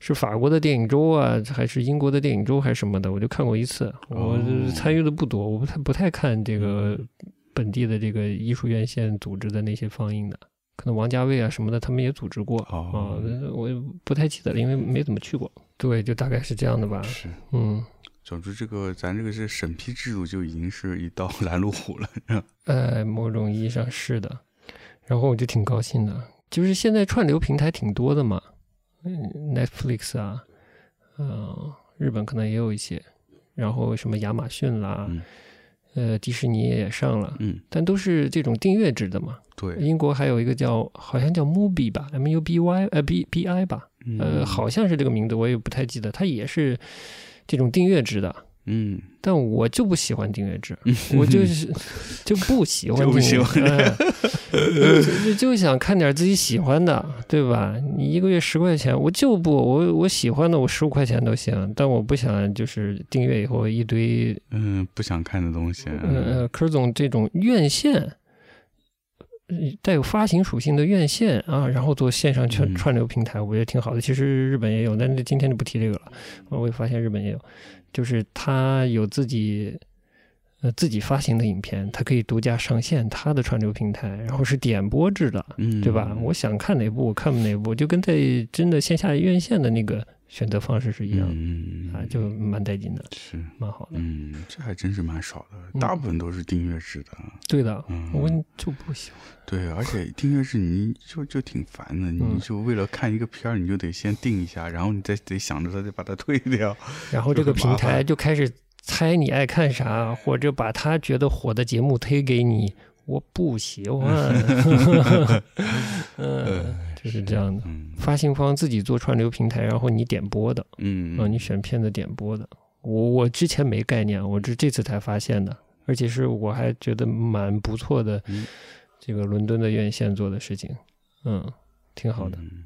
Speaker 3: 是法国的电影周啊，还是英国的电影周还是什么的，我就看过一次。我
Speaker 2: 哦嗯
Speaker 3: 参与的不多，我不太不太看这个本地的这个艺术院线组织的那些放映的，可能王家卫啊什么的他们也组织过啊、
Speaker 2: 哦
Speaker 3: 我也不太记得了，因为没怎么去过。对，就大概是这样的吧。
Speaker 2: 是，
Speaker 3: 嗯，
Speaker 2: 总之这个咱这个是审批制度就已经是一道 *laughs* 拦路虎了。
Speaker 3: 呃，某种意义上是的。然后我就挺高兴的，就是现在串流平台挺多的嘛，嗯，Netflix 啊，嗯、日本可能也有一些，然后什么亚马逊啦，
Speaker 2: 嗯
Speaker 3: 呃，迪士尼也上了，
Speaker 2: 嗯，
Speaker 3: 但都是这种订阅制的嘛。
Speaker 2: 对，
Speaker 3: 英国还有一个叫好像叫 Mubi 吧，M U B Y 呃 B B I 吧，呃，
Speaker 2: 嗯，
Speaker 3: 好像是这个名字，我也不太记得，它也是这种订阅制的。
Speaker 2: 嗯，
Speaker 3: 但我就不喜欢订阅制，我就是就不喜欢
Speaker 2: 就不喜
Speaker 3: 订阅
Speaker 2: 欢
Speaker 3: 制，哎就就想看点自己喜欢的，对吧？你一个月十块钱，我就不我我喜欢的我十五块钱都行，但我不想就是订阅以后一堆
Speaker 2: 嗯，不想看的东西，啊
Speaker 3: 呃呃柯总这种院线。呃带有发行属性的院线啊，然后做线上串
Speaker 2: 嗯
Speaker 3: 串流平台，我觉得挺好的。其实日本也有，但是今天就不提这个了。呃我也发现日本也有，就是它有自己呃自己发行的影片，它可以独家上线它的串流平台，然后是点播制的，
Speaker 2: 嗯，
Speaker 3: 对吧？我想看哪部我看哪部，就跟在真的线下院线的那个选择方式是一样的、
Speaker 2: 嗯
Speaker 3: 啊，就蛮带劲的，
Speaker 2: 是，
Speaker 3: 蛮好的。
Speaker 2: 嗯，这还真是蛮少的，
Speaker 3: 嗯
Speaker 2: 大部分都是订阅制的。
Speaker 3: 对的，
Speaker 2: 嗯，
Speaker 3: 我就不喜欢。
Speaker 2: 对，而且订阅制你就就挺烦的，你
Speaker 3: 嗯
Speaker 2: 就为了看一个片儿，你就得先定一下，然后你再得想着它，再把它 *laughs* 退掉。
Speaker 3: 然后这个平台就开始猜你爱看啥，或者把他觉得火的节目推给你。我不喜 *laughs* 欢，嗯，就是这样的。
Speaker 2: 嗯
Speaker 3: 发行方自己做串流平台，然后你点播的，
Speaker 2: 嗯
Speaker 3: 啊，你选片子点播的。我我之前没概念，我这这次才发现的，而且是我还觉得蛮不错的
Speaker 2: 嗯，
Speaker 3: 这个伦敦的院线做的事情，嗯，挺好的。
Speaker 2: 嗯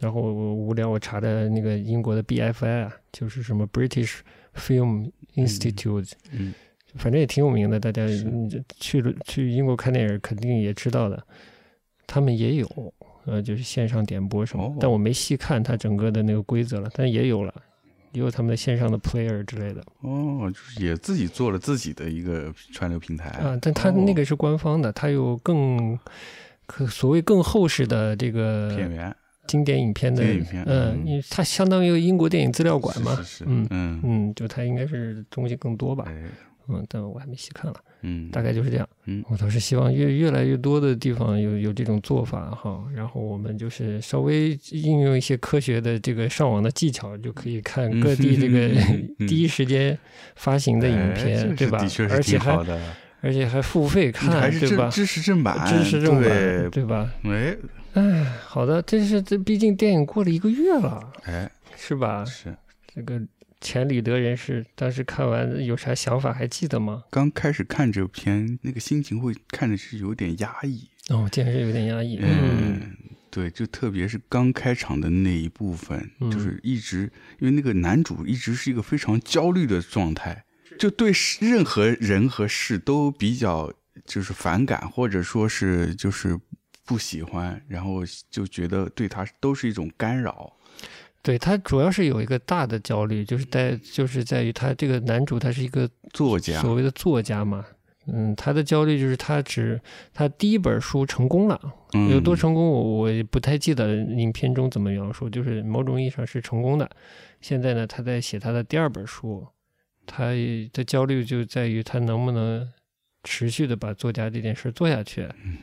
Speaker 3: 然后我无聊，我查的那个英国的 BFI 啊，就是什么 British Film Institute，、
Speaker 2: 嗯
Speaker 3: 反正也挺有名的，大家
Speaker 2: 是
Speaker 3: 嗯去了去英国看电影肯定也知道的。他们也有，呃，就是线上点播什么，
Speaker 2: 哦
Speaker 3: 但我没细看它整个的那个规则了，但也有了，也有他们的线上的 player 之类的
Speaker 2: 哦，就是也自己做了自己的一个串流平台
Speaker 3: 啊，但它
Speaker 2: 哦
Speaker 3: 那个是官方的，它有更可所谓更厚实的这个
Speaker 2: 片源，
Speaker 3: 经典影片的，
Speaker 2: 经典影片
Speaker 3: 嗯，
Speaker 2: 嗯
Speaker 3: 因为它相当于英国电影资料馆嘛，
Speaker 2: 是是是
Speaker 3: 嗯
Speaker 2: 嗯
Speaker 3: 嗯，就它应该是东西更多吧，
Speaker 2: 哎
Speaker 3: 嗯，但我还没细看了，
Speaker 2: 嗯，
Speaker 3: 大概就是这样。
Speaker 2: 嗯
Speaker 3: 我倒是希望越越来越多的地方有有这种做法哈，然后我们就是稍微应用一些科学的这个上网的技巧，就可以看各地这个
Speaker 2: 嗯
Speaker 3: *laughs* 第一时间发行的影
Speaker 2: 哎
Speaker 3: 片，
Speaker 2: 这
Speaker 3: 对
Speaker 2: 是
Speaker 3: 吧
Speaker 2: 的确？是
Speaker 3: 而且
Speaker 2: 挺
Speaker 3: 还
Speaker 2: 好的，
Speaker 3: 而且还付费看
Speaker 2: 还，是
Speaker 3: 对
Speaker 2: 支
Speaker 3: 吧？
Speaker 2: 支持正版，
Speaker 3: 支持正版，
Speaker 2: 对
Speaker 3: 对吧？
Speaker 2: 哎
Speaker 3: 哎，好的，这是这毕竟电影过了一个月了，
Speaker 2: 哎
Speaker 3: 是吧？
Speaker 2: 是
Speaker 3: 这个前里德人士当时看完有啥想法，还记得吗？
Speaker 2: 刚开始看这篇，那个心情会看着是有点压抑，
Speaker 3: 哦，竟然是有点压抑。
Speaker 2: 嗯，对，就特别是刚开场的那一部分，
Speaker 3: 嗯
Speaker 2: 就是一直因为那个男主一直是一个非常焦虑的状态，就对事任何人和事都比较就是反感，或者说是就是不喜欢，然后就觉得对他都是一种干扰。
Speaker 3: 对他主要是有一个大的焦虑，就是在就是在于他这个男主他是一个
Speaker 2: 作家，
Speaker 3: 所谓的作家嘛，嗯，他的焦虑就是他只他第一本书成功了，
Speaker 2: 嗯
Speaker 3: 有多成功我我也不太记得影片中怎么描述，就是某种意义上是成功的。现在呢，他在写他的第二本书，他的焦虑就在于他能不能持续的把作家这件事做下去。
Speaker 2: 嗯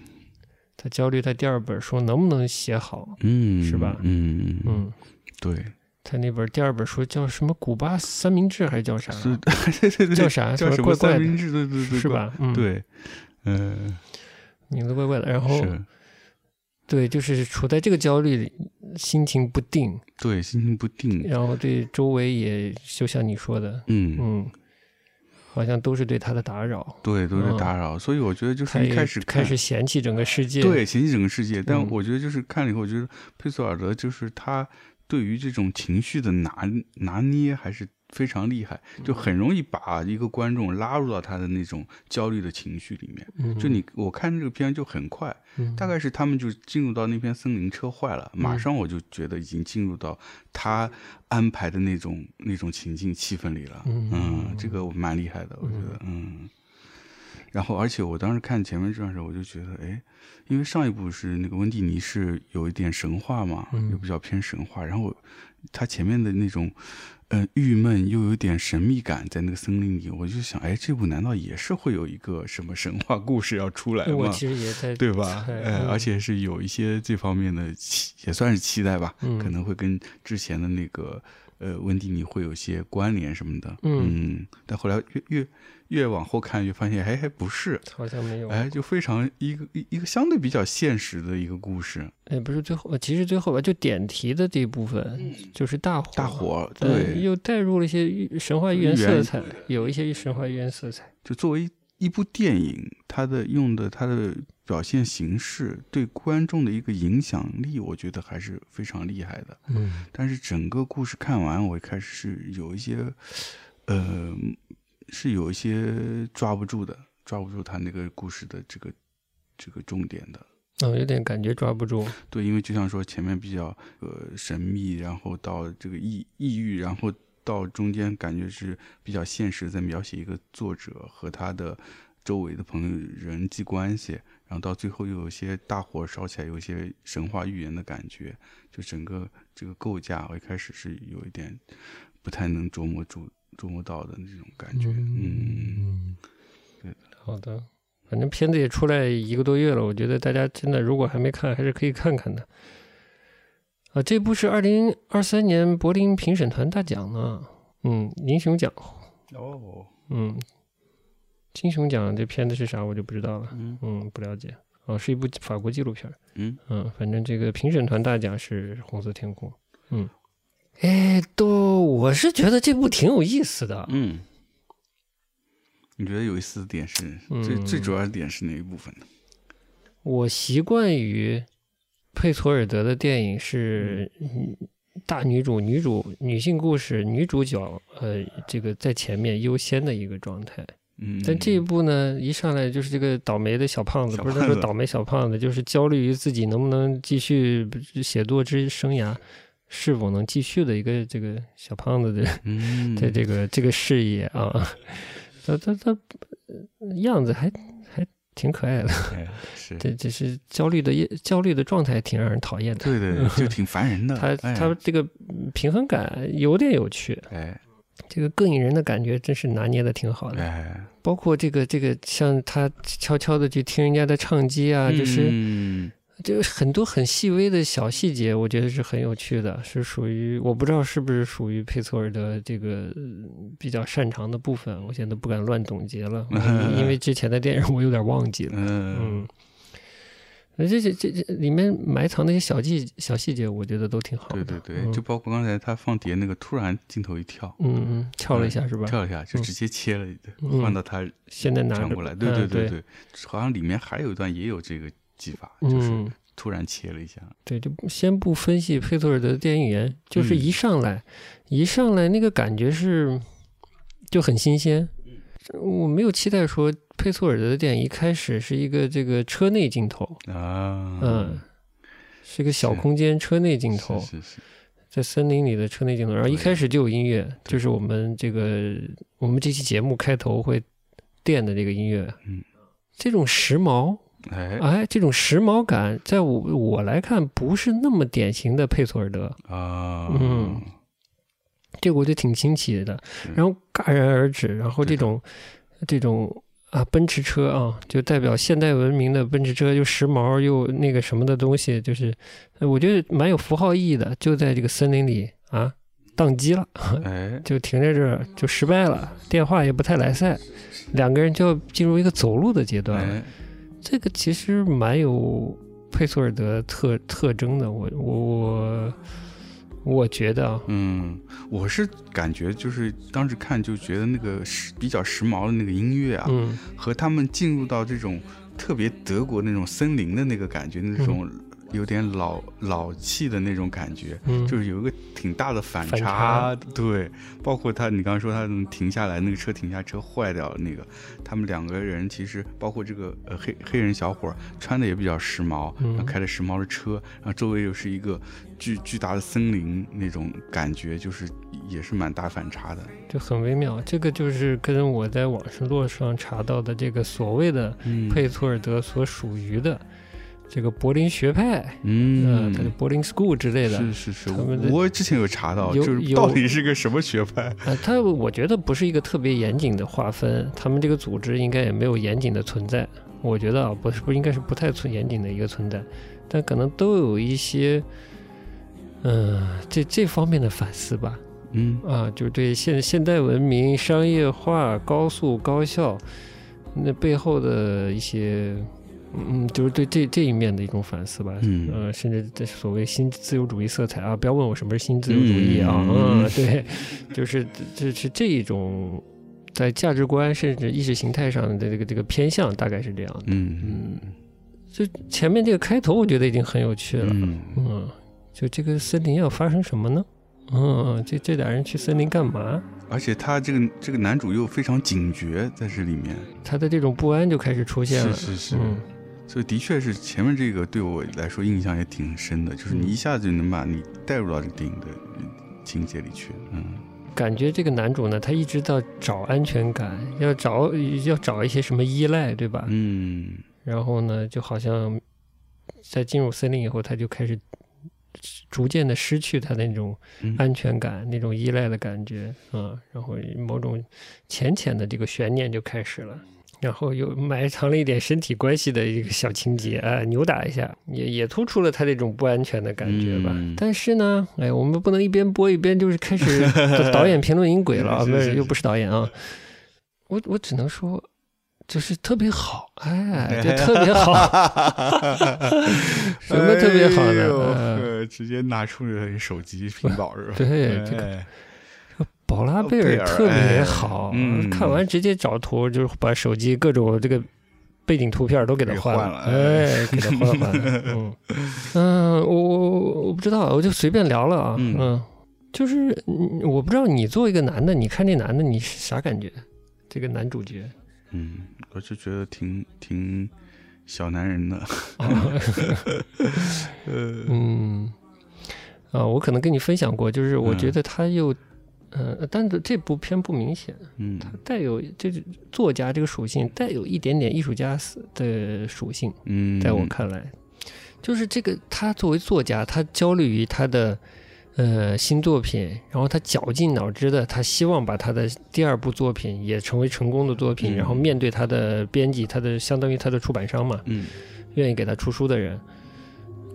Speaker 3: 他焦虑他第二本书能不能写好，
Speaker 2: 嗯，
Speaker 3: 是吧
Speaker 2: 嗯嗯，
Speaker 3: 嗯。
Speaker 2: 对，
Speaker 3: 他那本第二本书叫什么？古巴三明治还是叫啥？
Speaker 2: 是 *laughs* 对对对，
Speaker 3: 叫
Speaker 2: *laughs*
Speaker 3: 啥？
Speaker 2: 叫什
Speaker 3: 怪
Speaker 2: 么
Speaker 3: 怪
Speaker 2: 三
Speaker 3: 的
Speaker 2: 明，治？对对对，
Speaker 3: 是？吧？嗯，，哦
Speaker 2: 对，嗯，
Speaker 3: 名字怪怪的。然后
Speaker 2: 是，
Speaker 3: 对，就是处在这个焦虑里，心情不定，
Speaker 2: 对，心情不定，
Speaker 3: 然后对周围也就像你说的，
Speaker 2: 嗯。
Speaker 3: 嗯，好像都是对他的打扰。
Speaker 2: 对，都是
Speaker 3: 嗯
Speaker 2: 打扰，所以我觉得就是
Speaker 3: 他
Speaker 2: 一
Speaker 3: 也
Speaker 2: 开始
Speaker 3: 开
Speaker 2: 看
Speaker 3: 始嫌弃整个世界，
Speaker 2: 对嫌弃整个世界，但
Speaker 3: 嗯
Speaker 2: 我觉得就是看了以后，我觉得佩索尔德就是他对于这种情绪的拿拿捏还是非常厉害，
Speaker 3: 嗯
Speaker 2: 就很容易把一个观众拉入到他的那种焦虑的情绪里面。
Speaker 3: 嗯，
Speaker 2: 就你我看这个片就很快，
Speaker 3: 嗯
Speaker 2: 大概是他们就进入到那片森林，车坏了，马
Speaker 3: 嗯
Speaker 2: 上我就觉得已经进入到他安排的那种那种情境气氛里了。
Speaker 3: 嗯
Speaker 2: 嗯，这个我蛮厉害的，我觉得，嗯。然后，而且我当时看前面这段时候，我就觉得，哎，因为上一部是那个温蒂尼是有一点神话嘛，
Speaker 3: 嗯
Speaker 2: 又比较偏神话，然后他前面的那种，呃，郁闷又有点神秘感在那个森林里，我就想，哎，这部难道也是会有一个什么神话故事要出来吗？
Speaker 3: 我其实也在
Speaker 2: 对吧？
Speaker 3: *laughs* 对
Speaker 2: 呃，
Speaker 3: 嗯
Speaker 2: 而且是有一些这方面的期，也算是期待吧，
Speaker 3: 嗯
Speaker 2: 可能会跟之前的那个呃温蒂尼会有些关联什么的。
Speaker 3: 嗯
Speaker 2: 但后来越越越往后看，越发现哎还不是，
Speaker 3: 好像没有，
Speaker 2: 哎，就非常一个一一个相对比较现实的一个故事。
Speaker 3: 也哎不是最后，其实最后吧，就点题的这一部分就是大火，
Speaker 2: 大火
Speaker 3: 呃
Speaker 2: 对，
Speaker 3: 又带入了一些寓神话寓言
Speaker 2: 寓言
Speaker 3: 色彩，有一些神话寓言色彩。
Speaker 2: 就作为一一部电影，它的用的它的表现形式对观众的一个影响力，我觉得还是非常厉害的。
Speaker 3: 嗯
Speaker 2: 但是整个故事看完，我一开始是有一些，呃，是有一些抓不住的，抓不住他那个故事的这个这个重点的。
Speaker 3: 嗯、有点感觉抓不住。
Speaker 2: 对，因为就像说前面比较呃神秘，然后到这个抑抑郁，然后到中间感觉是比较现实，在描写一个作者和他的周围的朋友人际关系，然后到最后又有一些大火烧起来，有一些神话寓言的感觉，就整个这个构架，我一开始是有一点不太能琢磨住。琢磨到的那种感觉，嗯，
Speaker 3: 嗯
Speaker 2: 对的
Speaker 3: 好的。反正片子也出来一个多月了，我觉得大家真的如果还没看，还是可以看看的。啊，这部是二零二三年柏林评审团大奖呢，嗯，银熊奖，
Speaker 2: 哦，
Speaker 3: 嗯，金熊奖这片子是啥我就不知道了，
Speaker 2: 嗯
Speaker 3: 嗯，不了解。哦，是一部法国纪录片儿，
Speaker 2: 嗯
Speaker 3: 嗯，反正这个评审团大奖是《红色天空》，嗯，哎，都我是觉得这部挺有意思的，
Speaker 2: 嗯，你觉得有意思的点是、
Speaker 3: 嗯
Speaker 2: 最最主要的点是哪一部分呢？
Speaker 3: 我习惯于佩索尔德的电影是嗯大女主、女主、女性故事、女主角，呃，这个在前面优先的一个状态。
Speaker 2: 嗯，
Speaker 3: 但这一部呢，一上来就是这个倒霉的小胖子，
Speaker 2: 小
Speaker 3: 不是
Speaker 2: 胖
Speaker 3: 说
Speaker 2: 子
Speaker 3: 倒霉小胖子，就是焦虑于自己能不能继续写作之生涯，是否能继续的一个这个小胖子的 *laughs*
Speaker 2: 嗯，
Speaker 3: 在这个这个事业啊， *laughs* 他他他呃样子还还挺可爱的。
Speaker 2: 哎是，
Speaker 3: 这这是焦虑的焦虑的状态，挺让人讨厌的。
Speaker 2: 对对，
Speaker 3: *laughs*
Speaker 2: 就挺烦人的。
Speaker 3: 他
Speaker 2: 哎
Speaker 3: 他这个嗯平衡感有点有趣，
Speaker 2: 哎
Speaker 3: 这个膈应人的感觉真是拿捏的挺好的。
Speaker 2: 哎，
Speaker 3: 包括这个这个，像他悄悄的去听人家的唱机啊，就是
Speaker 2: 嗯
Speaker 3: 就是很多很细微的小细节，我觉得是很有趣的，是属于我不知道是不是属于佩索尔的这个呃比较擅长的部分，我现在都不敢
Speaker 2: *laughs*
Speaker 3: 嗯乱总结了，因为之前的电影我有点忘记了。
Speaker 2: 嗯
Speaker 3: 嗯，呃这这这这里面埋藏的一些小细小细节，我觉得都挺好
Speaker 2: 对
Speaker 3: 的。
Speaker 2: 对对，
Speaker 3: 嗯
Speaker 2: 就包括刚才他放碟那个，突然镜头一跳，
Speaker 3: 嗯嗯，跳了一下是吧？
Speaker 2: 跳一下就
Speaker 3: 嗯
Speaker 2: 直接切了，
Speaker 3: 嗯
Speaker 2: 换到他
Speaker 3: 现在拿着
Speaker 2: 转过来，对
Speaker 3: 嗯
Speaker 2: 对
Speaker 3: 对
Speaker 2: 对，好像里面还有一段也有这个技法，就是
Speaker 3: 嗯，
Speaker 2: 突然切了一下，
Speaker 3: 对，就先不分析佩托尔德的电影人，就是
Speaker 2: 嗯
Speaker 3: 一上来，一上来那个感觉是就很新鲜。
Speaker 2: 嗯
Speaker 3: 我没有期待说佩索尔德的电影一开始是一个这个车内镜头，
Speaker 2: 啊，
Speaker 3: 嗯，，是一个小
Speaker 2: 是
Speaker 3: 空间车内镜头，
Speaker 2: 是是是，
Speaker 3: 在森林里的车内镜头，然后一
Speaker 2: 对
Speaker 3: 开始就有音乐，就是我们这个我们这期节目开头会垫的这个音乐，
Speaker 2: 嗯，
Speaker 3: 这种时髦，
Speaker 2: 哎
Speaker 3: 哎，这种时髦感，在我我来看不是那么典型的佩索尔德，
Speaker 2: 啊，
Speaker 3: 嗯这个我就挺新奇的，然后戛然而止，然后
Speaker 2: 嗯对的
Speaker 3: 这种这种。啊，奔驰车啊，就代表现代文明的奔驰车，又时髦又那个什么的东西，就是呃我觉得蛮有符号意义的，就在这个森林里啊宕机了。
Speaker 2: 哎，
Speaker 3: 就停在这儿就失败了，电话也不太来塞，两个人就要进入一个走路的阶段了。
Speaker 2: 哎，
Speaker 3: 这个其实蛮有佩索尔德特特征的，我我我我觉得啊，
Speaker 2: 嗯，我是感觉就是当时看就觉得那个时比较时髦的那个音乐啊，
Speaker 3: 嗯
Speaker 2: 和他们进入到这种特别德国那种森林的那个感觉，那种有点老老气的那种感觉，
Speaker 3: 嗯，
Speaker 2: 就是有一个挺大的反差。
Speaker 3: 反差
Speaker 2: 对，包括他，你刚刚说他能停下来，那个车停下，车坏掉了那个，他们两个人其实包括这个呃黑黑人小伙儿穿的也比较时髦，
Speaker 3: 嗯
Speaker 2: 然后开着时髦的车，然后周围又是一个巨巨大的森林，那种感觉就是也是蛮大反差的。
Speaker 3: 就很微妙。这个就是跟我在网上络上查到的这个所谓的
Speaker 2: 嗯
Speaker 3: 佩索尔德所属于的这个柏林学派，
Speaker 2: 嗯
Speaker 3: 呃，它的柏林 school 之类的，
Speaker 2: 是是是，
Speaker 3: 他们的
Speaker 2: 我之前有查到，
Speaker 3: 有
Speaker 2: 就是
Speaker 3: 有
Speaker 2: 到底是个什么学派？
Speaker 3: 呃，它我觉得不是一个特别严谨的划分，他们这个组织应该也没有严谨的存在。我觉得啊，不是不应该是不太存严谨的一个存在，但可能都有一些，嗯、这这方面的反思吧。
Speaker 2: 嗯
Speaker 3: 啊，就是对现现代文明、商业化、高速、高效那背后的一些，嗯，就是对这这一面的一种反思吧。
Speaker 2: 嗯
Speaker 3: 呃，甚至这所谓新自由主义色彩啊，不要问我什么是新自由主义啊，
Speaker 2: 嗯
Speaker 3: 嗯，对，就是这是这一种在价值观甚至意识形态上的这个这个偏向，大概是这样的。
Speaker 2: 嗯
Speaker 3: 嗯，就前面这个开头，我觉得已经很有趣了。
Speaker 2: 嗯，
Speaker 3: 嗯，就这个森林要发生什么呢？嗯，这这俩人去森林干嘛？
Speaker 2: 而且他这个这个男主又非常警觉，在这里面
Speaker 3: 他的这种不安就开始出现
Speaker 2: 是
Speaker 3: 了。
Speaker 2: 是是，
Speaker 3: 嗯
Speaker 2: 所以的确是前面这个对我来说印象也挺深的，就是你
Speaker 3: 嗯
Speaker 2: 一下子就能把你带入到这个电影的呃情节里去，嗯
Speaker 3: 感觉这个男主呢，他一直到找安全感，要找要找一些什么依赖，对吧？
Speaker 2: 嗯
Speaker 3: 然后呢，就好像在进入森林以后，他就开始逐渐的失去他的那种
Speaker 2: 嗯
Speaker 3: 安全感、那种依赖的感觉啊、然后某种浅浅的这个悬念就开始了。然后又埋藏了一点身体关系的一个小情节啊，扭打一下，也也突出了他这种不安全的感觉吧。
Speaker 2: 嗯
Speaker 3: 但是呢，哎，我们不能一边播一边就是开始导演评论音轨了
Speaker 2: *laughs*
Speaker 3: 啊，
Speaker 2: 是
Speaker 3: 不
Speaker 2: 是
Speaker 3: 是
Speaker 2: 是
Speaker 3: 又不是导演啊，我我只能说，就是特别好，
Speaker 2: *laughs*
Speaker 3: 哎，就特别好，什么特别好
Speaker 2: 哎
Speaker 3: 呢？
Speaker 2: 呦
Speaker 3: 呃
Speaker 2: 呃直接拿出了手机、平板儿，
Speaker 3: *laughs* 对这个
Speaker 2: 哎
Speaker 3: 宝拉贝
Speaker 2: 贝
Speaker 3: 尔
Speaker 2: 尔
Speaker 3: 特别
Speaker 2: 哎
Speaker 3: 好，
Speaker 2: 嗯
Speaker 3: 看完直接找图，就是把手机各种这个背景图片都给它换
Speaker 2: 给换了
Speaker 3: 哎，给它换换了。嗯嗯，我我我我不知道，我就随便聊了啊。
Speaker 2: 嗯
Speaker 3: 嗯，就是嗯我不知道你作为一个男的，你看这男的你是啥感觉？这个男主角，
Speaker 2: *laughs* 嗯，我就觉得挺挺小男人的，
Speaker 3: 嗯，啊，我可能跟你分享过，就是我
Speaker 2: 嗯
Speaker 3: 觉得他又，呃，但是这部片不明显。
Speaker 2: 嗯
Speaker 3: 带有就是作家这个属性，带有一点点艺术家的属性，
Speaker 2: 嗯，
Speaker 3: 在我看来，就是这个他作为作家，他焦虑于他的呃新作品，然后他绞尽脑汁的，他希望把他的第二部作品也成为成功的作品，
Speaker 2: 嗯
Speaker 3: 然后面对他的编辑，他的相当于他的出版商嘛，
Speaker 2: 嗯
Speaker 3: 愿意给他出书的人，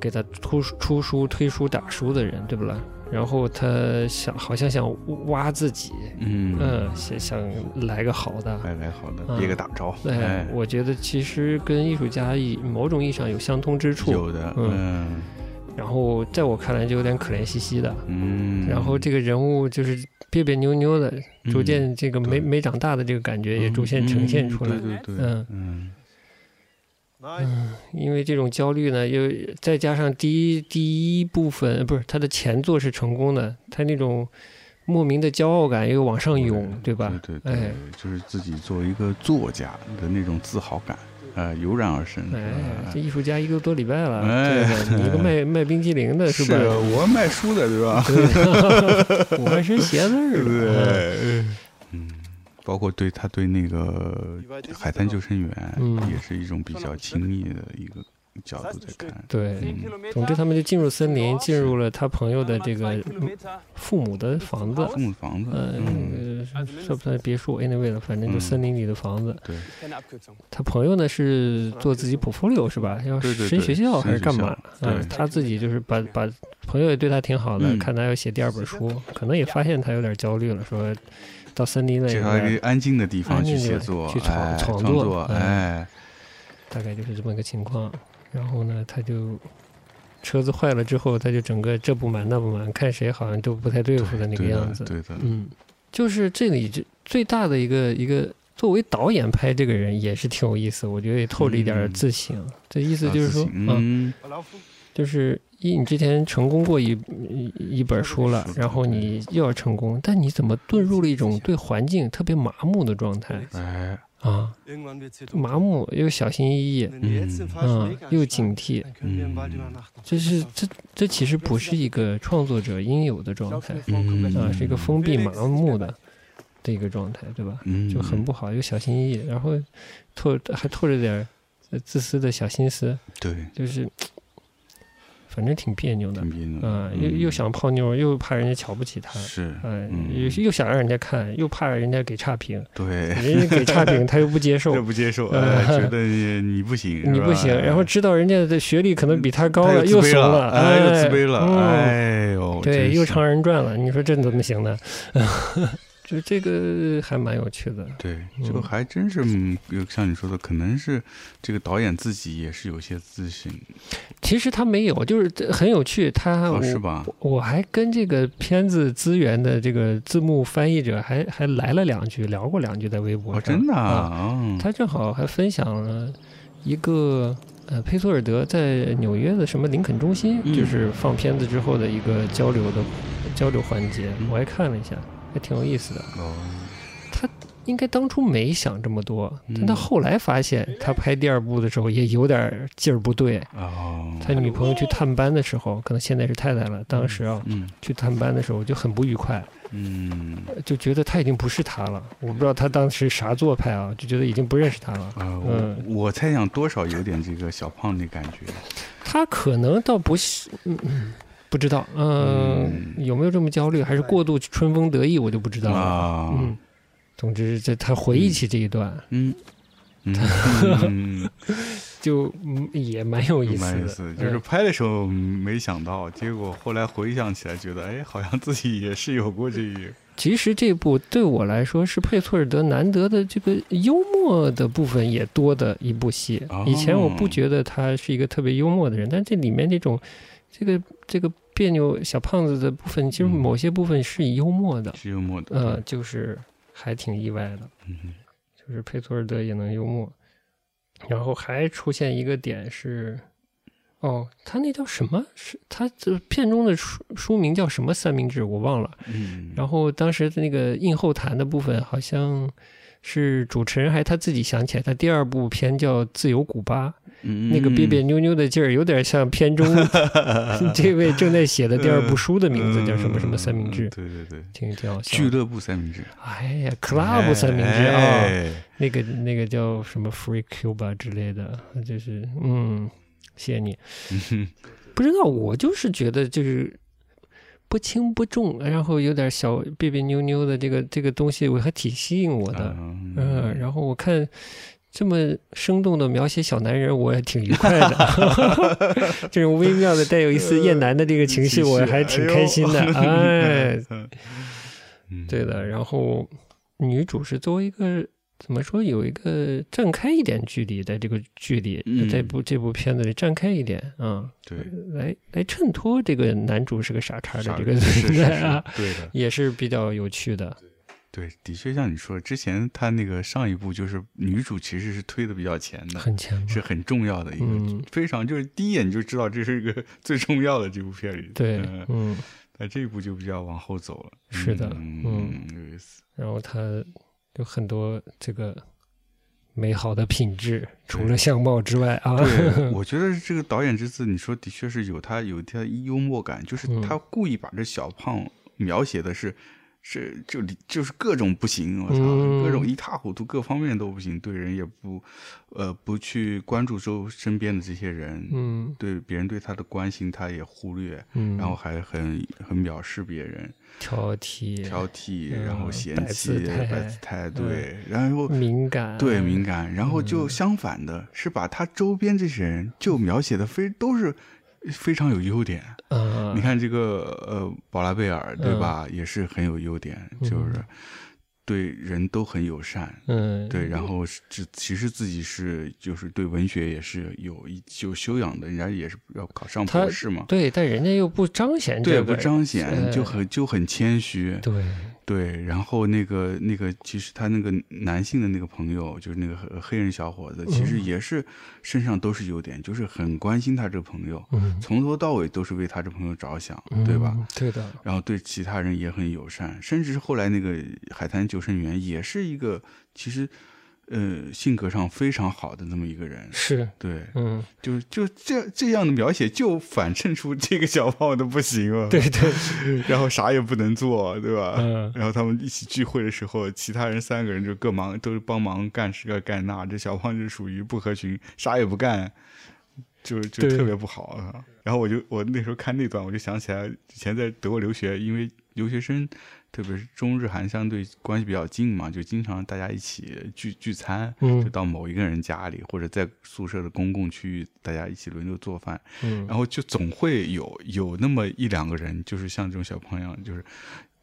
Speaker 3: 给他出出书、推书、打书的人，对不啦？然后他想，好像想挖自己，
Speaker 2: 嗯
Speaker 3: 嗯，想想来个好的，
Speaker 2: 哎来来，好的，
Speaker 3: 嗯
Speaker 2: 别个大招，
Speaker 3: 哎
Speaker 2: 哎，，
Speaker 3: 我觉得其实跟艺术家以某种意义上有相通之处，
Speaker 2: 有的，嗯
Speaker 3: 嗯然后在我看来就有点可怜兮兮的。
Speaker 2: 嗯，
Speaker 3: 然后这个人物就是别别扭扭的，逐渐这个没
Speaker 2: 对
Speaker 3: 没长大的这个感觉也逐渐
Speaker 2: 嗯
Speaker 3: 呈现出来。
Speaker 2: 对对对，
Speaker 3: 嗯
Speaker 2: 嗯
Speaker 3: 因为这种焦虑呢，又再加上第一第一部分呃不是他的前作是成功的，他那种莫名的骄傲感又往上涌，对吧？
Speaker 2: 对对对
Speaker 3: 哎，
Speaker 2: 就是自己作为一个作家的那种自豪感，呃，油然而生。
Speaker 3: 哎，这
Speaker 2: 是吧
Speaker 3: 艺术家一个多礼拜了，
Speaker 2: 哎 *laughs*
Speaker 3: 对吧？你一个卖卖冰激凌的
Speaker 2: 是啊
Speaker 3: 吧？
Speaker 2: *laughs*
Speaker 3: *laughs*
Speaker 2: 我卖书的，对
Speaker 3: 嗯
Speaker 2: 吧？
Speaker 3: 对，我是鞋子儿啊的。
Speaker 2: 对，嗯，包括对他对那个海滩救生员
Speaker 3: 嗯
Speaker 2: 也是一种比较亲密的一个角度在看。
Speaker 3: 对，
Speaker 2: 嗯
Speaker 3: 总之他们就进入森林，进入了他朋友的这个父母的房子，
Speaker 2: 父母房子，
Speaker 3: 呃，
Speaker 2: 嗯，
Speaker 3: 那个算不算别墅？anyway 了，反正就
Speaker 2: 嗯
Speaker 3: 森林里的房子。
Speaker 2: 对，
Speaker 3: 他朋友呢是做自己 portfolio 是吧？要
Speaker 2: 嗯对对对
Speaker 3: 升学校还是干嘛？
Speaker 2: 升学校
Speaker 3: 嗯
Speaker 2: 对
Speaker 3: 他自己就是把把朋友也对他挺好的，
Speaker 2: 嗯
Speaker 3: 看他要写第二本书，可能也发现他有点焦虑了，说到森林里
Speaker 2: 介绍一
Speaker 3: 面，
Speaker 2: 个安静的地方
Speaker 3: 安
Speaker 2: 去
Speaker 3: 静
Speaker 2: 写
Speaker 3: 的
Speaker 2: 作，
Speaker 3: 去创
Speaker 2: 哎
Speaker 3: 创
Speaker 2: 创
Speaker 3: 作
Speaker 2: 作，
Speaker 3: 嗯
Speaker 2: 哎，
Speaker 3: 大概就是这么个情况。然后呢，他就车子坏了之后，他就整个这不满那不满，看谁好像都不太对付的那个
Speaker 2: 对
Speaker 3: 样
Speaker 2: 的，
Speaker 3: 子。
Speaker 2: 对的，
Speaker 3: 嗯，就是这里这最大的一个一个，作为导演拍这个人也是挺有意思，我觉得也透着一点自省。这意思就是说
Speaker 2: 嗯啊自，己
Speaker 3: 嗯，
Speaker 2: 嗯，
Speaker 3: 就是一你之前成功过一一一本书了
Speaker 2: 是，的
Speaker 3: 然后你又要成功，但你怎么遁入了一种对环境特别麻木的状态
Speaker 2: 哎，
Speaker 3: 啊？麻木又小心翼翼，嗯，又
Speaker 2: Hm，
Speaker 3: 警惕，这是这这其实不是一个创作者应有的状态
Speaker 2: 嗯
Speaker 3: 啊，是一个封闭麻木的的一个状态，对吧？
Speaker 2: 嗯，
Speaker 3: 就很不好，又小心翼翼，然后透还透着点儿呃自私的小心思，
Speaker 2: 对，
Speaker 3: 就是反正挺别扭的
Speaker 2: 挺别扭的嗯
Speaker 3: 啊、又又想泡妞，又怕人家瞧不起他，
Speaker 2: 是，
Speaker 3: 哎，
Speaker 2: 嗯
Speaker 3: 又又想让人家看，又怕人家给差
Speaker 2: *laughs*
Speaker 3: 评，
Speaker 2: 对，
Speaker 3: 人家嗯给
Speaker 2: *laughs*
Speaker 3: 差评他又不接
Speaker 2: 这
Speaker 3: 受。
Speaker 2: 不接受，
Speaker 3: 呃
Speaker 2: 哎，
Speaker 3: *laughs*
Speaker 2: 觉得你你不行，是
Speaker 3: 你
Speaker 2: 吧哎
Speaker 3: 不行，然后知道人家的学历可能比他高
Speaker 2: 他
Speaker 3: 了，
Speaker 2: 又自
Speaker 3: 怂
Speaker 2: 卑了，
Speaker 3: 哎，
Speaker 2: 又自卑了，
Speaker 3: 嗯
Speaker 2: 哎呦，真
Speaker 3: 对，
Speaker 2: 是
Speaker 3: 又唱，二人转了，你说这怎么行呢？ *laughs* 就这个还蛮有趣的，
Speaker 2: 对，
Speaker 3: 嗯
Speaker 2: 这个还真是嗯有像你说的，可能是这个导演自己也是有些自信，
Speaker 3: 其实他没有，就是这很有趣。他我、
Speaker 2: 哦，是吧？
Speaker 3: 我还跟这个片子资源的这个字幕翻译者还还来了两句，聊过两句在微博上。
Speaker 2: 哦，真的
Speaker 3: 啊
Speaker 2: 啊，哦
Speaker 3: 他正好还分享了一个呃佩索尔德在纽约的什么林肯中心，
Speaker 2: 嗯
Speaker 3: 就是放片子之后的一个交流的交流环节
Speaker 2: 嗯，
Speaker 3: 我还看了一下，还挺有意思的。
Speaker 2: 哦
Speaker 3: 应该当初没想这么多，但
Speaker 2: 嗯
Speaker 3: 他后来发现，他拍第二部的时候也有点劲儿不对。
Speaker 2: 哦，
Speaker 3: 他女朋友去探班的时候，可能现在是太太了，当时啊
Speaker 2: 嗯
Speaker 3: 去探班的时候就很不愉快，
Speaker 2: 嗯
Speaker 3: 呃就觉得他已经不是他了。我不知道他当时啥做派啊，就觉得已经不认识他了。
Speaker 2: 啊，我
Speaker 3: 嗯
Speaker 2: 我猜想多少有点这个小胖的感觉，
Speaker 3: 他可能倒不是，嗯，嗯不知道，嗯，有没有这么焦虑，还是过度春风得意，我就不知道了。
Speaker 2: 啊，
Speaker 3: 嗯，总之这他回忆起这一段，
Speaker 2: 嗯
Speaker 3: *laughs*
Speaker 2: 嗯嗯。
Speaker 3: 就嗯也蛮有意思
Speaker 2: 蛮有
Speaker 3: 的
Speaker 2: 意，思，就是
Speaker 3: 嗯
Speaker 2: 拍的时候没想到，结果后来回想起来，觉得哎，好像自己也是有过这一
Speaker 3: 其实这部对我来说是佩索尔德难得的这个幽默的部分也多的一部戏
Speaker 2: 哦。
Speaker 3: 以前我不觉得他是一个特别幽默的人，但这里面这种这个这个别扭小胖子的部分，其实
Speaker 2: 嗯
Speaker 3: 某些部分是幽默的，
Speaker 2: 是幽默的，
Speaker 3: 呃，就是还挺意外的，
Speaker 2: 嗯
Speaker 3: 就是佩索尔德也能幽默。然后还出现一个点是，哦，他那叫什么？是他这片中的书书名叫什么三明治？我忘了。
Speaker 2: 嗯，
Speaker 3: 然
Speaker 2: 后
Speaker 3: 后当时的那个映后谈的部分，好像是主持人还他自己想起来，他第二部片叫《自由古巴》，
Speaker 2: 嗯
Speaker 3: 那个别别扭扭的劲儿，有点像片中这位正在写的第二部书的名字叫什么什么三
Speaker 2: *laughs*
Speaker 3: 明治，
Speaker 2: 嗯对对对，
Speaker 3: 挺挺好笑
Speaker 2: 俱
Speaker 3: 的。
Speaker 2: 乐部三明治
Speaker 3: 哎呀，club 三明治啊，
Speaker 2: 哎
Speaker 3: 那个那个叫什么 Free Cuba 之类的，就是嗯，谢谢
Speaker 2: *laughs*
Speaker 3: 你。不知道，我就是觉得就是不轻不重，然后有点小别别扭扭的这个这个东西，我还挺吸引我的。
Speaker 2: 嗯
Speaker 3: 嗯，然后我看这么生动的描写小男人，我也挺愉
Speaker 2: *laughs*
Speaker 3: 快的。 *laughs* 这种微妙的带有一丝厌男的这个情绪，
Speaker 2: 呃情绪
Speaker 3: 我还挺开
Speaker 2: *laughs*
Speaker 3: 心的。
Speaker 2: 哎
Speaker 3: 哎，
Speaker 2: *laughs* 嗯
Speaker 3: 对的。然后女主是作为一个怎么说，有一个站开一点距离，在这个剧里，
Speaker 2: 嗯
Speaker 3: 在部这部片子里站开一点啊、
Speaker 2: 对，
Speaker 3: 来来衬托这个男主是个傻叉的
Speaker 2: 傻
Speaker 3: 这个
Speaker 2: 是是
Speaker 3: 存
Speaker 2: 是
Speaker 3: 在啊，
Speaker 2: 对的，
Speaker 3: 也是比较有趣的。
Speaker 2: 对，的确像你说，之前他那个上一部就是女主其实是推的比较前的，
Speaker 3: 很强，
Speaker 2: 是很重要的一个，
Speaker 3: 嗯
Speaker 2: 非常就是第一眼就知道这是一个 *laughs* 最重要的这部片里。
Speaker 3: 对，
Speaker 2: 嗯
Speaker 3: 嗯。
Speaker 2: 那、这一部就比较往后走了。
Speaker 3: 是的
Speaker 2: 嗯，有意思。
Speaker 3: 然后他有很多这个美好的品质，除
Speaker 2: 对
Speaker 3: 了相貌之外啊， *laughs*
Speaker 2: 对， *laughs* 我觉得这个导演这次你说的确是有他有他幽默感，就是
Speaker 3: 嗯
Speaker 2: 他故意把这小胖描写的是。是，就里就是各种不行，我操，
Speaker 3: 嗯
Speaker 2: 各种一塌糊涂，各方面都不行，对人也不，呃，不去关注周身边的这些人，
Speaker 3: 嗯
Speaker 2: 对别人对他的关心他也忽略，
Speaker 3: 嗯，
Speaker 2: 然后还很很藐视别人，
Speaker 3: 挑剔、
Speaker 2: 挑剔，
Speaker 3: 嗯
Speaker 2: 然后嫌
Speaker 3: 摆姿
Speaker 2: 弃，
Speaker 3: 态嗯
Speaker 2: 摆姿态，对，然后
Speaker 3: 敏感，
Speaker 2: 对敏感，然后就
Speaker 3: 嗯
Speaker 2: 相反的是把他周边这些人就描写的非都是非常有优点。
Speaker 3: 啊，
Speaker 2: 你看这个呃，宝拉贝尔对吧，也是很有优点，就是
Speaker 3: 嗯
Speaker 2: 对人都很友善。
Speaker 3: 嗯，
Speaker 2: 对，然后是只其实自己是就是对文学也是有一有修养的，人家也是要考上
Speaker 3: 他
Speaker 2: 博士嘛，
Speaker 3: 对，但人家又不彰显
Speaker 2: 啊对，
Speaker 3: 这
Speaker 2: 不
Speaker 3: 个，
Speaker 2: 彰显
Speaker 3: 呃
Speaker 2: 就很就很谦虚，
Speaker 3: 对，
Speaker 2: 对，然后那个那个，其实他那个男性的那个朋友，就是那个黑黑人小伙子，其实
Speaker 3: 嗯
Speaker 2: 也是身上都是优点，就是很关心他这个朋友，
Speaker 3: 嗯，
Speaker 2: 从头到尾都是为他这朋友着想，
Speaker 3: 嗯
Speaker 2: 对吧？？
Speaker 3: 对的，
Speaker 2: 然后对其他人也很友善，甚至是后来那个海滩救生员也是一个其实，呃，性格上非常好的这么一个人。
Speaker 3: 是，
Speaker 2: 对，
Speaker 3: 嗯，
Speaker 2: 就就这这样的描写，就反衬出这个小 *laughs* 胖的不行啊。
Speaker 3: 对对，
Speaker 2: *laughs* 然后啥也不能做，对吧？
Speaker 3: 嗯
Speaker 2: 然后他们一起聚会的时候，其他人三个人就各忙，都是帮忙干这个干那，这小胖就属于不合群，啥也不干，就就
Speaker 3: 对
Speaker 2: 特别不好啊。然后我就我那时候看那段，我就想起来以前在德国留学，因为留学生特别是中日韩相对关系比较近嘛，就经常大家一起聚聚餐。就
Speaker 3: 嗯
Speaker 2: 到某一个人家里，或者在宿舍的公共区域，大家一起轮流做饭，
Speaker 3: 嗯，
Speaker 2: 然后就总会有有那么一两个人，就是像这种小朋友，就是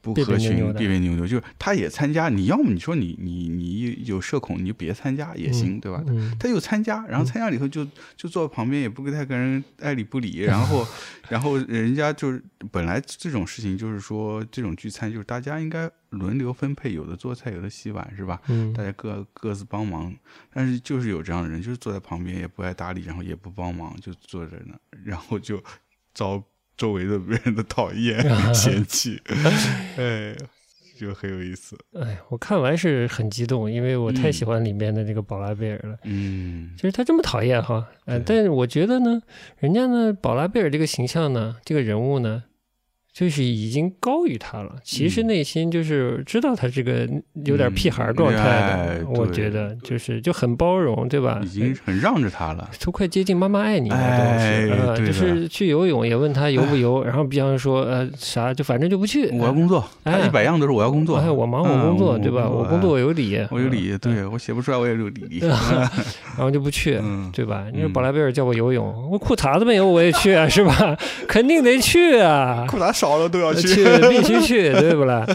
Speaker 2: 不
Speaker 3: 别别
Speaker 2: 合群
Speaker 3: 扭扭、的
Speaker 2: 别别扭扭，就是他也参加，你要么你说你你你有社恐，你就别参加也行，对吧？
Speaker 3: 嗯，
Speaker 2: 他又参加，然后参加了以后就就坐旁边也不跟他跟人爱理不
Speaker 3: *laughs*
Speaker 2: 理，然后然后人家就是本来这种事情就是说这种聚餐就是大家应该轮流分配，有的做菜，有的洗碗，是吧？
Speaker 3: 嗯
Speaker 2: 大家各各自帮忙，但是就是有这样的人，就是坐在旁边也不爱搭理，然后也不帮忙，就坐着呢，然后就遭周围的人的讨
Speaker 3: *laughs*
Speaker 2: 厌嫌弃，哎，就很有意
Speaker 3: *laughs*
Speaker 2: 思。
Speaker 3: 哎，我看完是很激动，因为我太喜欢里面的那个宝拉贝尔了。
Speaker 2: 嗯
Speaker 3: 就是他这么讨厌哈，呃，
Speaker 2: 对
Speaker 3: 但是我觉得呢，人家呢，宝拉贝尔这个形象呢，这个人物呢，就是已经高于他了。其实
Speaker 2: 嗯
Speaker 3: 内心就是知道他这个有点屁孩儿状态
Speaker 2: 哎
Speaker 3: 的，
Speaker 2: 对
Speaker 3: 我觉得就是就很包容，对吧？
Speaker 2: 已经很让着他了，
Speaker 3: 都快接近妈妈爱你了，
Speaker 2: 哎
Speaker 3: 都是呃，
Speaker 2: 对
Speaker 3: 就
Speaker 2: 的
Speaker 3: 是去游泳也问他游不游，然后比方说呃啥，就反正就不去。
Speaker 2: 我要工作，他
Speaker 3: 哎
Speaker 2: 一百样都是我要工作，
Speaker 3: 哎，我忙我
Speaker 2: 嗯
Speaker 3: 工作，对吧？我工作我
Speaker 2: 哎
Speaker 3: 有理，
Speaker 2: 我有理，
Speaker 3: 嗯，
Speaker 2: 对我写不出来我也有理，
Speaker 3: *laughs* 然后就不去。
Speaker 2: 嗯，
Speaker 3: 对吧？你说
Speaker 2: 嗯
Speaker 3: 宝拉贝尔叫我游泳，我裤衩子没有我也去啊， *laughs* 是吧？肯定得去啊，
Speaker 2: 裤衩少了都要
Speaker 3: 去
Speaker 2: 去，
Speaker 3: 必须去，对不
Speaker 2: *laughs*
Speaker 3: 啦？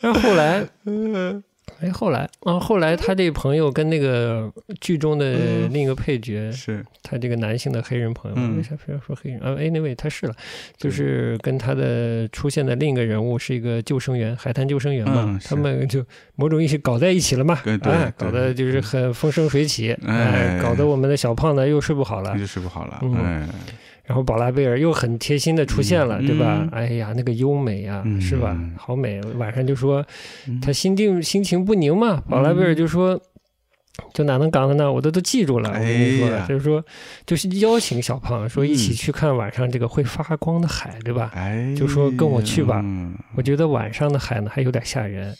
Speaker 3: 然后后来，
Speaker 2: 嗯
Speaker 3: 哎，后来啊，后来他这朋友跟那个剧中的
Speaker 2: 嗯
Speaker 3: 另一个配角，
Speaker 2: 是
Speaker 3: 他这个男性的黑人朋友，
Speaker 2: 嗯
Speaker 3: 为啥非要说黑人啊？Anyway，他是了，
Speaker 2: 对
Speaker 3: 就是跟他的出现的另一个人物是一个救生员，海滩救生员嘛，
Speaker 2: 嗯是
Speaker 3: 他们就某种意识搞在一起了嘛，
Speaker 2: 对对
Speaker 3: 哎，
Speaker 2: 对
Speaker 3: 搞得就是很风生水起，
Speaker 2: 哎
Speaker 3: 搞得我们的小胖呢又睡不好了
Speaker 2: 那，就睡不好了，
Speaker 3: 嗯
Speaker 2: 哎，
Speaker 3: 然后宝拉贝尔又很贴心的出现了，
Speaker 2: 嗯
Speaker 3: 对吧
Speaker 2: 嗯？
Speaker 3: 哎呀，那个优美啊，
Speaker 2: 嗯
Speaker 3: 是吧？好美！晚上就说
Speaker 2: 嗯
Speaker 3: 他心境心情不宁嘛，宝拉贝尔就说。就哪能讲的呢？我都都记住了。我跟你说，
Speaker 2: 哎呀
Speaker 3: 就是说，就是邀请小胖说一起
Speaker 2: 嗯
Speaker 3: 去看晚上这个会发光的海，对吧？
Speaker 2: 哎呀，
Speaker 3: 就说跟我去吧
Speaker 2: 嗯
Speaker 3: 我觉得晚上的海呢还有点吓人。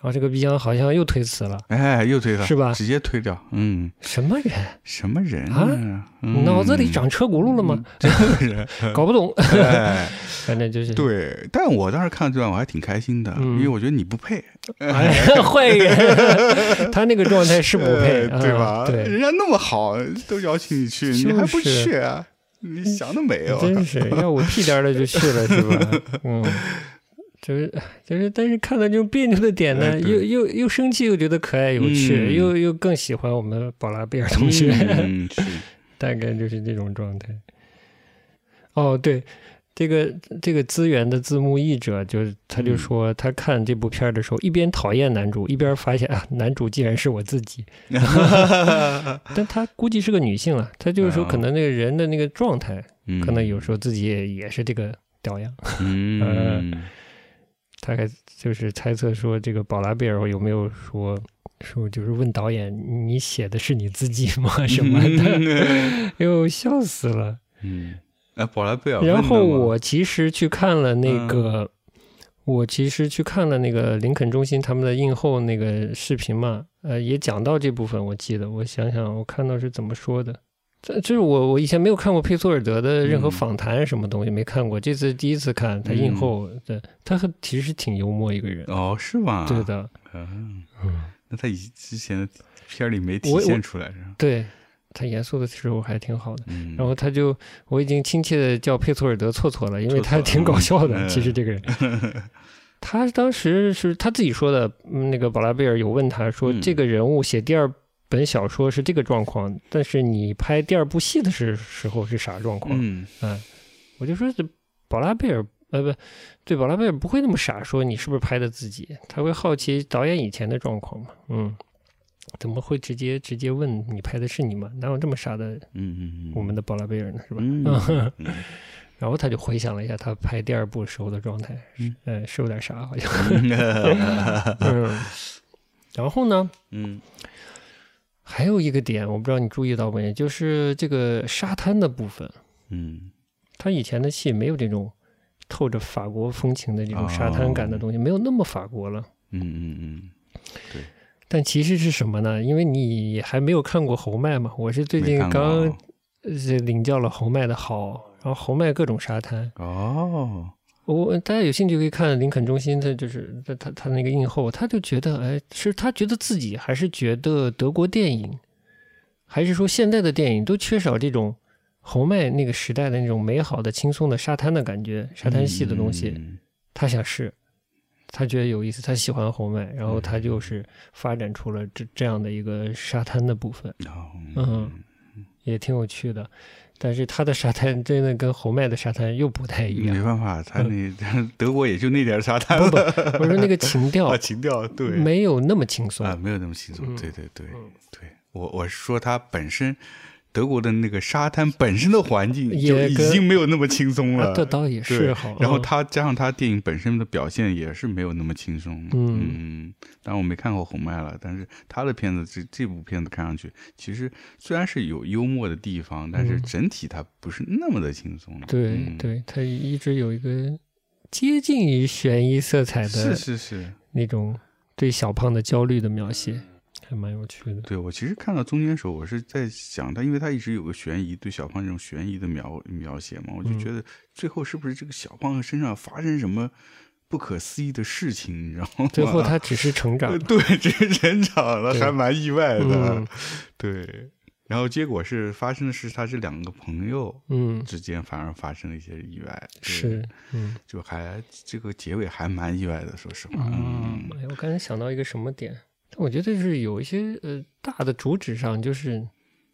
Speaker 3: 然后这个毕江好像又推辞了，
Speaker 2: 哎，又推了，
Speaker 3: 是吧
Speaker 2: 直接推掉，嗯，
Speaker 3: 什么人？
Speaker 2: 什么人嗯
Speaker 3: 啊脑子里长车轱辘了吗？
Speaker 2: 什么人？
Speaker 3: *laughs* 搞不懂，
Speaker 2: 哎，
Speaker 3: 反正就是，
Speaker 2: 对，但我当时看这段我还挺开心的，
Speaker 3: 嗯
Speaker 2: 因为我觉得你不配，
Speaker 3: 哎，坏人，他那个状态是不配，
Speaker 2: 呃 *laughs* 对
Speaker 3: 啊
Speaker 2: 吧？
Speaker 3: 对，
Speaker 2: 人家那么好，都邀请你去，你还不
Speaker 3: 就是
Speaker 2: 去啊？你想得美哦！
Speaker 3: 真是要我屁颠儿的就去了，是
Speaker 2: *laughs*
Speaker 3: 吧？嗯。就是就是，但是看到这种别扭的点呢，
Speaker 2: 哎对
Speaker 3: 又又又生气，又觉得可爱有趣，
Speaker 2: 嗯
Speaker 3: 又又更喜欢我们宝拉贝尔同学。
Speaker 2: 嗯，是
Speaker 3: *laughs* 大概就是这种状态。哦，对，这个这个资源的字幕译者，就是他就
Speaker 2: 嗯
Speaker 3: 说，他看这部片儿的时候，一边讨厌男主，一边发现啊，男主竟然是我
Speaker 2: *laughs*
Speaker 3: 自己。但他估计是个女性了，他就是说，
Speaker 2: 啊
Speaker 3: 可能那个人的那个状态，
Speaker 2: 嗯
Speaker 3: 可能有时候自己也也是这个屌样。呃
Speaker 2: 嗯，
Speaker 3: 他还就是猜测说，这个宝拉贝尔有没有说说就是问导演，你写的是你自己吗？ *laughs* 什
Speaker 2: *laughs*
Speaker 3: 么的，
Speaker 2: 的，
Speaker 3: 哎呦，笑死了。
Speaker 2: 嗯，哎，宝莱贝尔问的
Speaker 3: 然
Speaker 2: 嘛，
Speaker 3: 后我其实去看了那
Speaker 2: 嗯
Speaker 3: 个，我其实去看了那个林肯中心他们的映后那个视频嘛，呃，也讲到这部分，我记得，我想想，我看到是怎么说的。这这是我我以前没有看过佩索尔德的任何
Speaker 2: 嗯
Speaker 3: 访谈什么东西，没看过，这次第一次看他
Speaker 2: 嗯
Speaker 3: 映后的，他很其实挺幽默一个人，
Speaker 2: 哦，是吧？
Speaker 3: 对，的，
Speaker 2: 嗯，
Speaker 3: 嗯，
Speaker 2: 那他以之前的片儿里没体
Speaker 3: 我我
Speaker 2: 现出来是吧？
Speaker 3: 对他严肃的时候还挺好的。
Speaker 2: 嗯，
Speaker 3: 然后他就，我已经亲切的叫佩索尔德错错了，因为
Speaker 2: 错错
Speaker 3: 他挺搞笑的。
Speaker 2: 嗯
Speaker 3: 其实这个人，他当时是他自己说的，嗯那个宝拉贝尔有问他说，
Speaker 2: 嗯
Speaker 3: 这个人物写第二本小说是这个状况，但是你拍第二部戏的时时候是啥状况？
Speaker 2: 嗯
Speaker 3: 我就说这宝拉贝尔。呃不，对，宝拉贝尔不会那么傻，说你是不是拍的自己，他会好奇导演以前的状况嘛？嗯，怎么会直接直接问你拍的是你吗？哪有这么傻的
Speaker 2: 嗯嗯嗯，
Speaker 3: 我们的宝拉贝尔呢？是吧？
Speaker 2: 嗯
Speaker 3: 嗯
Speaker 2: 嗯
Speaker 3: 然后他就回想了一下他拍第二部时候的状态，
Speaker 2: 嗯
Speaker 3: 呃，是有点傻，
Speaker 2: *laughs*
Speaker 3: 好像。
Speaker 2: 嗯
Speaker 3: 嗯。然后呢，
Speaker 2: 嗯
Speaker 3: 还有一个点，我不知道你注意到没，就是这个沙滩的部分，
Speaker 2: 嗯
Speaker 3: 他以前的戏没有这种透着法国风情的这
Speaker 2: 哦
Speaker 3: 种沙滩感的东西，没有那么法国了。
Speaker 2: 嗯嗯
Speaker 3: 但其实是什么呢？因为你还没有看过侯麦嘛，我是最
Speaker 2: 嗯，
Speaker 3: 近
Speaker 2: 没看过
Speaker 3: 刚呃领教了侯麦的好，然后侯麦各种沙滩，
Speaker 2: 哦，
Speaker 3: 我大家有兴趣可以看林肯中心，他就是他他他那个映后，他就觉得，哎，是他觉得自己还是觉得德国电影，还是说现在的电影都缺少这种侯麦那个时代的那种美好的、轻松的沙滩的感觉，沙滩系的东西，
Speaker 2: 嗯
Speaker 3: 他想试，他觉得有意思，他喜欢侯麦，然后他就是发展出了这这样的一个沙滩的部分，
Speaker 2: 哦
Speaker 3: 嗯，也挺有趣的。但是他的沙滩真的跟侯麦的沙滩又不太一
Speaker 2: 嗯
Speaker 3: 样
Speaker 2: 没。办法，他那 *laughs* 德国也就那点儿沙滩
Speaker 3: 不不，我说那
Speaker 2: *laughs*
Speaker 3: 个情调
Speaker 2: 啊，情调对，
Speaker 3: 嗯没有那么轻松
Speaker 2: 啊，。没有那么轻松，对对对
Speaker 3: 嗯
Speaker 2: 对，我我是说它本身。德国的那个沙滩本身的环境
Speaker 3: 也
Speaker 2: 就已
Speaker 3: 跟
Speaker 2: 经没有那么轻松
Speaker 3: 啊
Speaker 2: 了，
Speaker 3: 这倒也是
Speaker 2: 对
Speaker 3: 好。
Speaker 2: 然后
Speaker 3: 嗯
Speaker 2: 他加上他电影本身的表现也是没有那么轻松，
Speaker 3: 嗯
Speaker 2: 嗯，当然我没看过红麦了，但是他的片子这这部片子看上去，其实虽然是有幽默的地方，但是
Speaker 3: 嗯
Speaker 2: 整体它不是那么的轻松的，
Speaker 3: 对
Speaker 2: 嗯，
Speaker 3: 对，他一直有一个接近于悬疑色彩
Speaker 2: 是
Speaker 3: 的
Speaker 2: 是是，
Speaker 3: 那种对小胖的焦虑的描写，还蛮有趣的。
Speaker 2: 对我其实看到中间的时候，我是在想他，因为他一直有个悬疑，对小胖这种悬疑的描描写嘛，我就
Speaker 3: 嗯
Speaker 2: 觉得最后是不是这个小胖身上发生什么不可思议的事情，你知道吗？
Speaker 3: 最后他只是成长
Speaker 2: 呃， *laughs* 对，这是成长了，
Speaker 3: 对
Speaker 2: 还蛮意外的
Speaker 3: 嗯，
Speaker 2: *laughs* 对。然后结果是发生的是他这两个朋友
Speaker 3: 嗯，
Speaker 2: 之间反而发生了一些意外，对，
Speaker 3: 是，嗯
Speaker 2: 就还这个结尾还蛮意外的，说实话，
Speaker 3: 嗯
Speaker 2: 嗯，，
Speaker 3: 哎，我刚才想到一个什么点，但我觉得是有一些呃大的主旨上就是。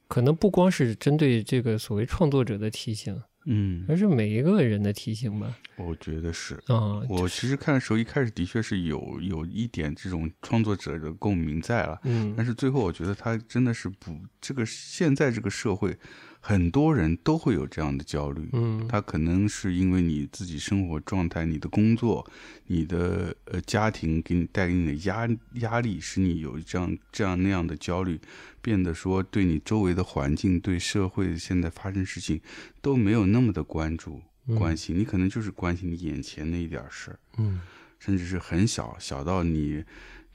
Speaker 3: 可能不光是针对这个所谓创作者的提醒，
Speaker 2: 嗯
Speaker 3: 而是每一个人的提醒吧。
Speaker 2: 我觉得是，
Speaker 3: 啊、
Speaker 2: 我其实看的时候，一开始的确是有有一点这种创作者的共鸣在了，
Speaker 3: 嗯，
Speaker 2: 但是最后我觉得他真的是不，这个现在这个社会，很多人都会有这样的焦虑，
Speaker 3: 嗯，
Speaker 2: 他可能是因为你自己生活状态、你的工作、你的呃家庭给你带给你的压压力，使你有这样这样那样的焦虑，变得说对你周围的环境、对社会现在发生事情都没有那么的关注
Speaker 3: 嗯
Speaker 2: 关心，你可能就是关心你眼前那一点儿事儿，
Speaker 3: 嗯
Speaker 2: 甚至是很小小到你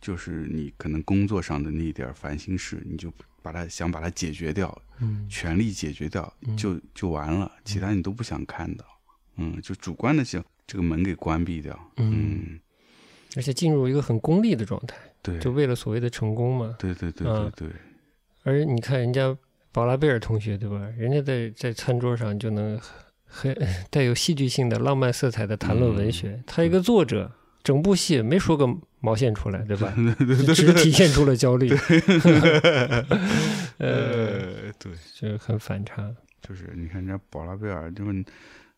Speaker 2: 就是你可能工作上的那一点儿烦心事，你就把它想把它解决掉，
Speaker 3: 嗯
Speaker 2: 全力解决掉，
Speaker 3: 嗯
Speaker 2: 就就完了，其他你都不想看到，嗯，就主观的想这个门给关闭掉，
Speaker 3: 嗯
Speaker 2: 嗯，
Speaker 3: 而且进入一个很功利的状态，
Speaker 2: 对，
Speaker 3: 就为了所谓的成功嘛。
Speaker 2: 对对对对
Speaker 3: 嗯
Speaker 2: 对，
Speaker 3: 而你看人家宝拉贝尔同学，对吧？人家在在餐桌上就能很 *laughs* 带有戏剧性的浪漫色彩的谈论文
Speaker 2: 嗯
Speaker 3: 学，他一个作者，整部戏没说个毛线出来，对吧？只是体现出了焦虑， *laughs* 呃，
Speaker 2: 呃，对，
Speaker 3: 就是很反差。
Speaker 2: 就是你看人家宝拉贝尔，就是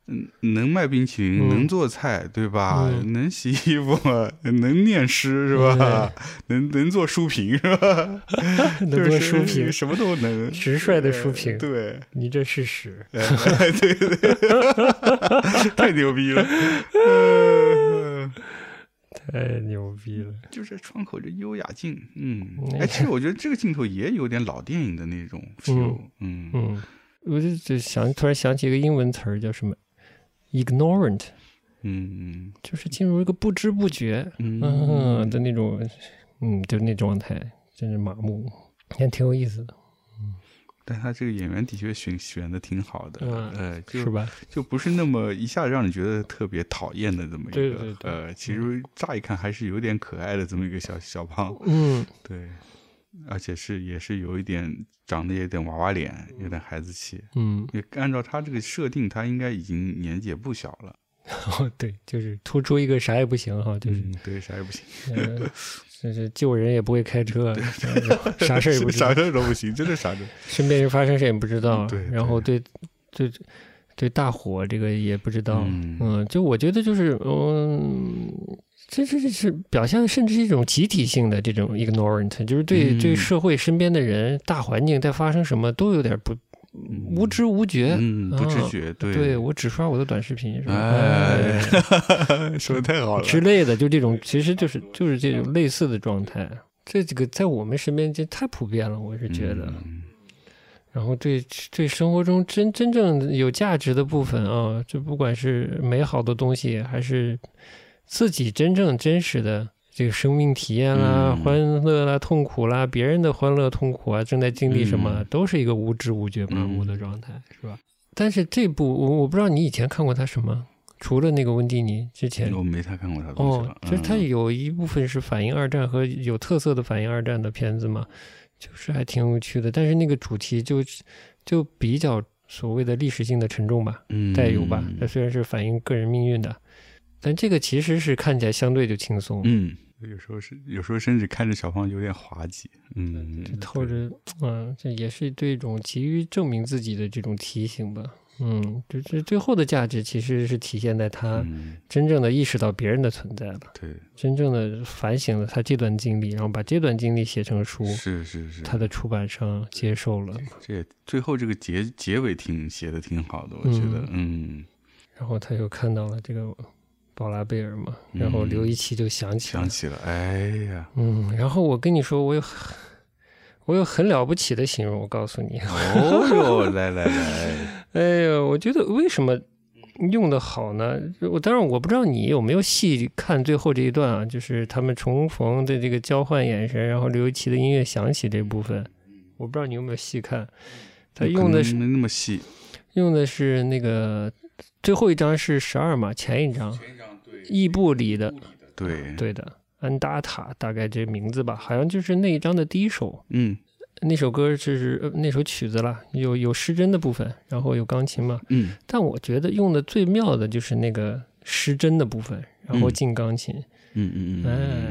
Speaker 2: 嗯，能卖冰淇淋，
Speaker 3: 嗯
Speaker 2: 能做菜，对吧？
Speaker 3: 嗯
Speaker 2: 能洗衣服， *laughs* 能念诗，是吧？ *laughs* 能能做书评，是吧？*laughs*
Speaker 3: 嗯能做书
Speaker 2: 就是
Speaker 3: 评，
Speaker 2: 什么都能，
Speaker 3: 直率的书评
Speaker 2: 呃对。
Speaker 3: 你这是屎。
Speaker 2: 呃对 *laughs* 对对，太牛逼了！ *laughs* 呃
Speaker 3: 太牛逼了！
Speaker 2: 就是窗口这优雅镜，嗯，
Speaker 3: 那
Speaker 2: 哎，其实我觉得这个镜头也有点老电影的那种 feel，嗯
Speaker 3: 嗯，我就就想突然想起一个英文词儿叫什么，ignorant，
Speaker 2: 嗯
Speaker 3: 就是进入一个不知不觉，
Speaker 2: 嗯
Speaker 3: 嗯的那种，嗯，就那状态，真是麻木，也挺有意思的，
Speaker 2: 但他这个演员的确选选的挺好的，
Speaker 3: 嗯
Speaker 2: 呃，就是
Speaker 3: 吧？
Speaker 2: 就不是那么一下让你觉得特别讨厌的这么一个，
Speaker 3: 对对对嗯
Speaker 2: 呃，其实乍一看还是有点可爱的这么一个小小胖，
Speaker 3: 嗯，
Speaker 2: 对，而且是也是有一点长得有点娃娃脸，有点孩子气。
Speaker 3: 嗯，
Speaker 2: 也按照他这个设定，他应该已经年纪也不小了，
Speaker 3: 哦，对，就是突出一个啥也不行哈，就是，
Speaker 2: 嗯对，啥也不行，
Speaker 3: 呃，就是救人也不会开车，然后啥事儿也
Speaker 2: *laughs*
Speaker 3: 不知道
Speaker 2: 啥，事儿都不行，真的啥
Speaker 3: *laughs*
Speaker 2: 事儿。
Speaker 3: 身边人发生事也不知道，
Speaker 2: 对
Speaker 3: 然后对对对大火这个也不知道，
Speaker 2: 嗯
Speaker 3: 嗯，就我觉得就是嗯。这这这是表现，甚至是一种集体性的这种 ignorant，就是对、
Speaker 2: 嗯
Speaker 3: 对社会身边的人、大环境在发生什么都有点不无知无觉。
Speaker 2: 嗯，不知
Speaker 3: 啊
Speaker 2: 觉，
Speaker 3: 对
Speaker 2: 对， *laughs*
Speaker 3: 我只刷我的短视频，是吧？
Speaker 2: 哎，说的太好了，
Speaker 3: 之类的，就这种，其实就是就是这种类似的状态。这几个在我们身边这太普遍了，我是觉得。
Speaker 2: 嗯
Speaker 3: 然后对对生活中真真正有价值的部分啊，就不管是美好的东西，还是自己真正真实的这个生命体验啦、
Speaker 2: 嗯
Speaker 3: 欢乐啦、痛苦啦、别人的欢乐痛苦啊，正在经历什么，
Speaker 2: 嗯
Speaker 3: 都是一个无知无觉麻木的状态，是吧？但是这部我我不知道你以前看过他什么，除了那个温蒂尼之前。
Speaker 2: 我没太看过他的东西
Speaker 3: 哦
Speaker 2: 了，，
Speaker 3: 就是他
Speaker 2: 嗯
Speaker 3: 有一部分是反映二战和有特色的反映二战的片子嘛，就是还挺有趣的。但是那个主题就就比较所谓的历史性的沉重吧，
Speaker 2: 嗯
Speaker 3: 带有吧。它虽然是反映个人命运的，但这个其实是看起来相对就轻松，
Speaker 2: 嗯，有时候是，有时候甚至看着小胖有点滑稽，嗯，
Speaker 3: 就透着嗯，这也是对一种急于证明自己的这种提醒吧。嗯，就是最后的价值其实是体现在他
Speaker 2: 嗯，
Speaker 3: 真正的意识到别人的存在了。
Speaker 2: 对，
Speaker 3: 真正的反省了他这段经历，然后把这段经历写成书，
Speaker 2: 是是是，
Speaker 3: 他的出版商接受了，
Speaker 2: 这也最后这个结结尾挺写的挺好的，我觉得，嗯，
Speaker 3: 然后他又看到了这个宝拉贝尔嘛，然后刘一奇就想起来
Speaker 2: 嗯想
Speaker 3: 了，
Speaker 2: 起了，哎
Speaker 3: *laughs*
Speaker 2: 呀，
Speaker 3: 嗯，然后我跟你说，我有很我有很了不起的形容，我告
Speaker 2: *laughs*
Speaker 3: 诉你，
Speaker 2: 哦哟，来来来，
Speaker 3: 哎呦，我觉得为什么用的好呢？我当然我不知道你有没有细看最后这一段啊，就是他们重逢的这个交换眼神，然后刘一奇的音乐响起这部分，我不知道你有没有细看， *laughs* 他用的是
Speaker 2: 可能没那么细，
Speaker 3: 用的是那个最后一张是十二嘛，前一张，异步里的，
Speaker 2: 对，
Speaker 3: 对的，安达塔大概这名字吧，好像就是那一张的第一首，
Speaker 2: 嗯
Speaker 3: 那首歌就是、呃那首曲子啦，有有失真的部分，然后有钢琴嘛，
Speaker 2: 嗯
Speaker 3: 但我觉得用的最妙的就是那个失真的部分，然后
Speaker 2: 嗯
Speaker 3: 进钢琴，
Speaker 2: 嗯嗯嗯，